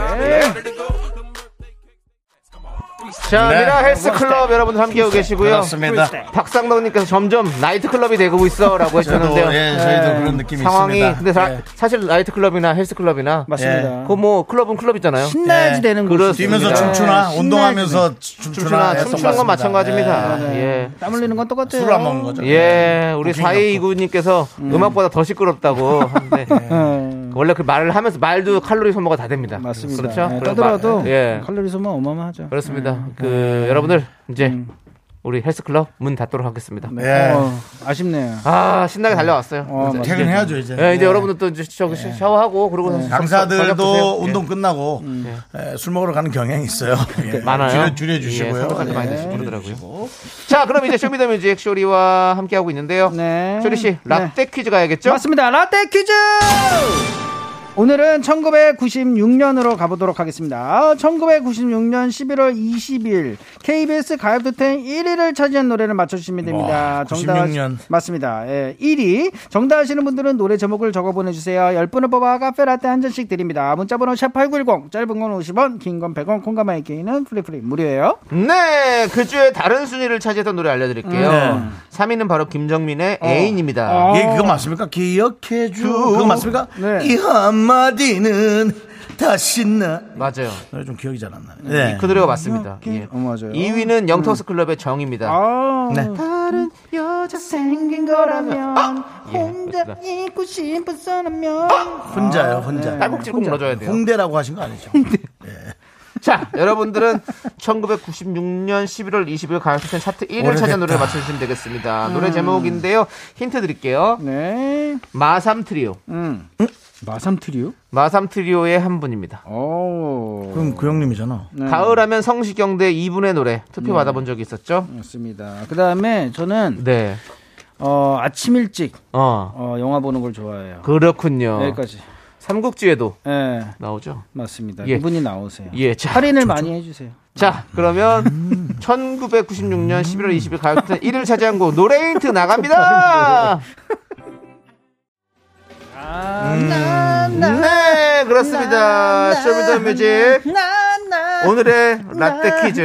자, 네. 미라 헬스 클럽 여러분들 함께하고 네, 계시고요. 그렇습니다. 네. 박상덕님께서 점점 나이트 클럽이 되고 있어라고 저도, 해주셨는데요. 예, 저희도 그런 느낌이 네. 상황이 있습니다. 근데 사, 예. 실 나이트 클럽이나 헬스 클럽이나 네. 맞습니다. 네. 그 뭐 클럽은 클럽이잖아요. 신나야지 예. 되는 그렇습니다. 거죠. 뛰면서 네. 춤추나 운동하면서 춤추나 춤추나 했던 춤추는 것 같습니다. 건 마찬가지입니다. 예. 예. 땀 흘리는 건 똑같아요. 술을 안 먹는 거죠. 예, 우리 부킹이 네. 없고. 네. 음. 4229님께서 음. 악보다더 시끄럽다고 하는데 예. 원래 그 말을 하면서 말도 칼로리 소모가 다 됩니다. 맞습니다. 그렇죠? 네, 예, 그래서 떠들어도 마- 예. 칼로리 소모 어마어마하죠. 그렇습니다. 네. 그 여러분들 이제 음. 우리 헬스클럽 문 닫도록 하겠습니다. 예. 어, 아쉽네요. 아 신나게 달려왔어요. 어, 그래서 이제- 퇴근해야죠, 이제. 네. 예, 이제 여러분들 또 이제 저기 시- 샤워하고 그리고 서- 서- 서- 저녁 드세요. 강사들도 예. 음. 운동 끝나고 예, 술 먹으러 가는 경향이 있어요. 예. 많아요. 줄여, 예, 줄여주시고요. 서로 간도 많이 예. 드시고 그러더라고요. 줄여주시고. 자 그럼 이제 쇼미더뮤직 쇼리와 함께 하고 있는데요. 네. 쇼리 씨 라떼 퀴즈 가야겠죠? 맞습니다. 라떼 퀴즈! 오늘은 1996년으로 가보도록 하겠습니다. 1996년 11월 20일 KBS 가요투텐 1위를 차지한 노래를 맞춰주시면 됩니다. 와, 96 년. 맞습니다. 예, 1위. 정답 아시는 분들은 노래 제목을 적어 보내주세요. 10분을 뽑아 카페 라떼 한 잔씩 드립니다. 문자번호 샵8910, 짧은 건 50원, 긴 건 100원, 콩가마이 게이는 프리프리 무료예요. 네, 그 주에 다른 순위를 차지했던 노래 알려드릴게요. 네. 3위는 바로 김정민의 애인입니다. 어. 예, 그거 맞습니까? 기억해줘. 어. 그거 맞습니까? 네. 이 한마디는 다시 나. 맞아요. 노래 좀 기억이 잘 안 나네. 네. 그 노래가 맞습니다. 예. 어, 맞아요. 2위는 영턱스 클럽의 정입니다. 아, 네. 다른 여자 생긴 거라면 예, 혼자 그렇습니다. 아! 있고 싶은 사람면 혼자요, 네. 혼자. 네. 딸꾹질 꼭 넣어줘야 돼요. 홍대라고 하신 거 아니죠? 자, 여러분들은 1996년 11월 20일 가요톱텐 차트 1위를 차지한 노래를 맞춰주시면 되겠습니다. 음. 노래 제목인데요. 힌트 드릴게요. 네. 마삼 트리오. 음. 마삼 트리오? 마삼 트리오의 한 분입니다. 오. 그럼 그 형님이잖아. 네. 가을하면 성시경대 이분의 노래 투표 받아본 적이 있었죠? 맞습니다. 그 다음에 저는 네. 어, 아침 일찍 어. 어, 영화 보는 걸 좋아해요. 그렇군요. 여기까지. 삼국지에도 예, 나오죠? 맞습니다. 예. 이분이 나오세요. 예, 자, 할인을 많이 해주세요. 자, 그러면 1996년 11월 20일 가요톱텐 1위를 차지한 곡 노래인트 나갑니다. 음. 네 그렇습니다. 쇼미더뮤직 어? 오늘의 라떼 퀴즈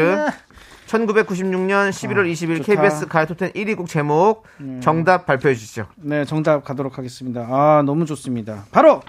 1996년 11월 20일 아, 좋다. 음. KBS 가요톱텐 1위 곡 제목 정답 발표해 주시죠. 네, 정답 가도록 하겠습니다. 아, 너무 좋습니다. 바로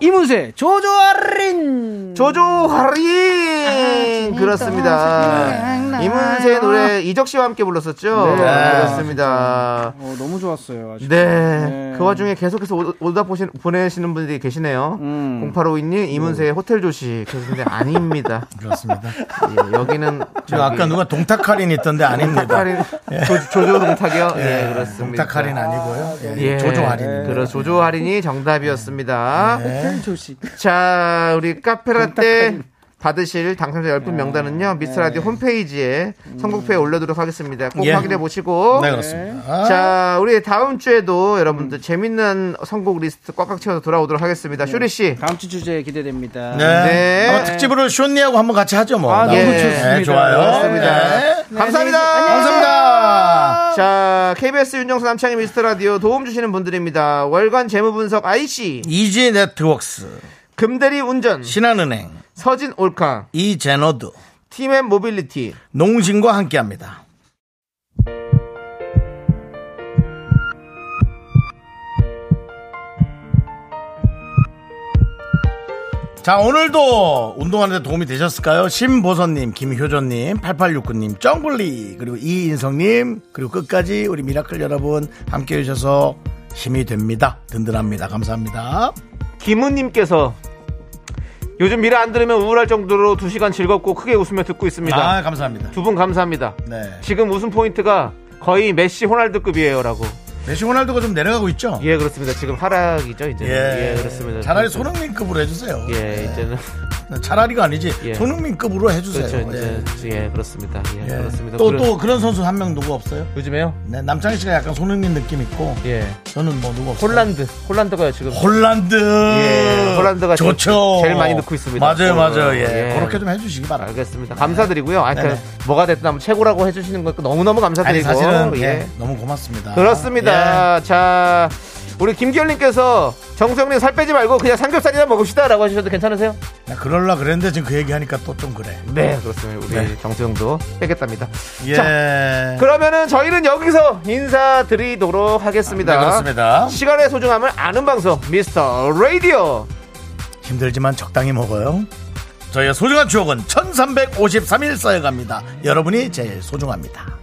이문세 음. 조조아린 조조아린 그렇습니다. 이문세의 노래 이적 씨와 함께 불렀었죠. 네. 그렇습니다. 어, 너무 좋았어요. 아주. 네. 그 와중에 계속해서 오- 오다 보시, 보내시는 분들이 계시네요. 음. 0852님, 네. 이문세의 호텔 조식. 그런데 아닙니다. 그렇습니다. 예, 여기는. 저 아까 예. 누가 동탁할인 있던데 아닙니다. 동탁할인, 조- 조조 동탁이요? 예, 그렇습니다. 동탁할인 네, 아니고요. 예, 예, 조조 할인. 그렇 조조 할인이 정답이었습니다. 네. 호텔 조식. 자, 우리 카페라떼 받으실 당첨자 10분 명단은요. 미스터 라디오 홈페이지에 선곡표에 올려두도록 하겠습니다. 꼭 예. 확인해 보시고. 네, 그렇습니다. 자, 우리 다음 주에도 여러분들 재밌는 선곡 리스트 꽉꽉 채워서 돌아오도록 하겠습니다. 쇼리 씨. 다음 주 주제 기대됩니다. 네. 네. 아마 특집으로 쇼니하고 한번 같이 하죠 뭐. 아, 너무 네, 좋습니다. 좋아요. 그렇습니다. 네. 아, 감사합니다. 감사합니다. 자, KBS 윤정수 남창희 미스터 라디오 도움 주시는 분들입니다. 월간 재무 분석 IC, 이지 네트웍스, 금대리 운전, 신한은행, 서진 올카, 이제노드, 팀앤 모빌리티. 농신과 함께합니다. 자 오늘도 운동하는데 도움이 되셨을까요? 심보선님, 김효전님, 8869님, 정글리 그리고 이인성님 그리고 끝까지 우리 미라클 여러분 함께해 주셔서 힘이 됩니다. 든든합니다. 감사합니다. 김은님께서 요즘 미라 안 들으면 우울할 정도로 2시간 즐겁고 크게 웃으며 듣고 있습니다. 아, 감사합니다. 두 분 감사합니다. 네. 지금 웃음 포인트가 거의 메시 호날두급이에요. 라고. 메시 호날두가 좀 내려가고 있죠? 예, 그렇습니다. 지금 하락이죠, 이제. 예, 그렇습니다. 차라리 지금. 손흥민급으로 네. 해주세요. 예, 이제는. 차라리가 아니지 예. 손흥민급으로 해주세요. 그렇죠, 이제. 예. 예, 그렇습니다. 예, 예. 그렇습니다. 또, 그리고 또 그런 선수 한 명 누구 없어요? 요즘에요? 네, 남창희 씨가 약간 손흥민 느낌 있고 예. 저는 뭐 누구 없어요? 홀란드. 홀란드가요, 지금. 홀란드. 예, 홀란드가 지금 좋죠. 제일 많이 넣고 있습니다. 맞아요, 맞아요. 예. 예. 그렇게 좀 해주시기 바랍니다. 알겠습니다. 감사드리고요. 하여튼 네네. 뭐가 됐든 한번 최고라고 해주시는 거 너무너무 아니 감사드리고. 사실은 예. 예, 너무 고맙습니다. 예. 그렇습니다. 자, 우리 김기현님께서 정수영님 살 빼지 말고 그냥 삼겹살이나 먹읍시다라고 하셔도 괜찮으세요? 나 그럴라 그랬는데 지금 그 얘기하니까 또 좀 그래. 네, 그렇습니다. 우리 네. 정수영도 빼겠답니다. 예. 자, 그러면은 저희는 여기서 인사드리도록 하겠습니다. 네, 그렇습니다. 시간의 소중함을 아는 방송 미스터 라디오. 힘들지만 적당히 먹어요. 저희의 소중한 추억은 1353일 쌓여갑니다. 여러분이 제일 소중합니다.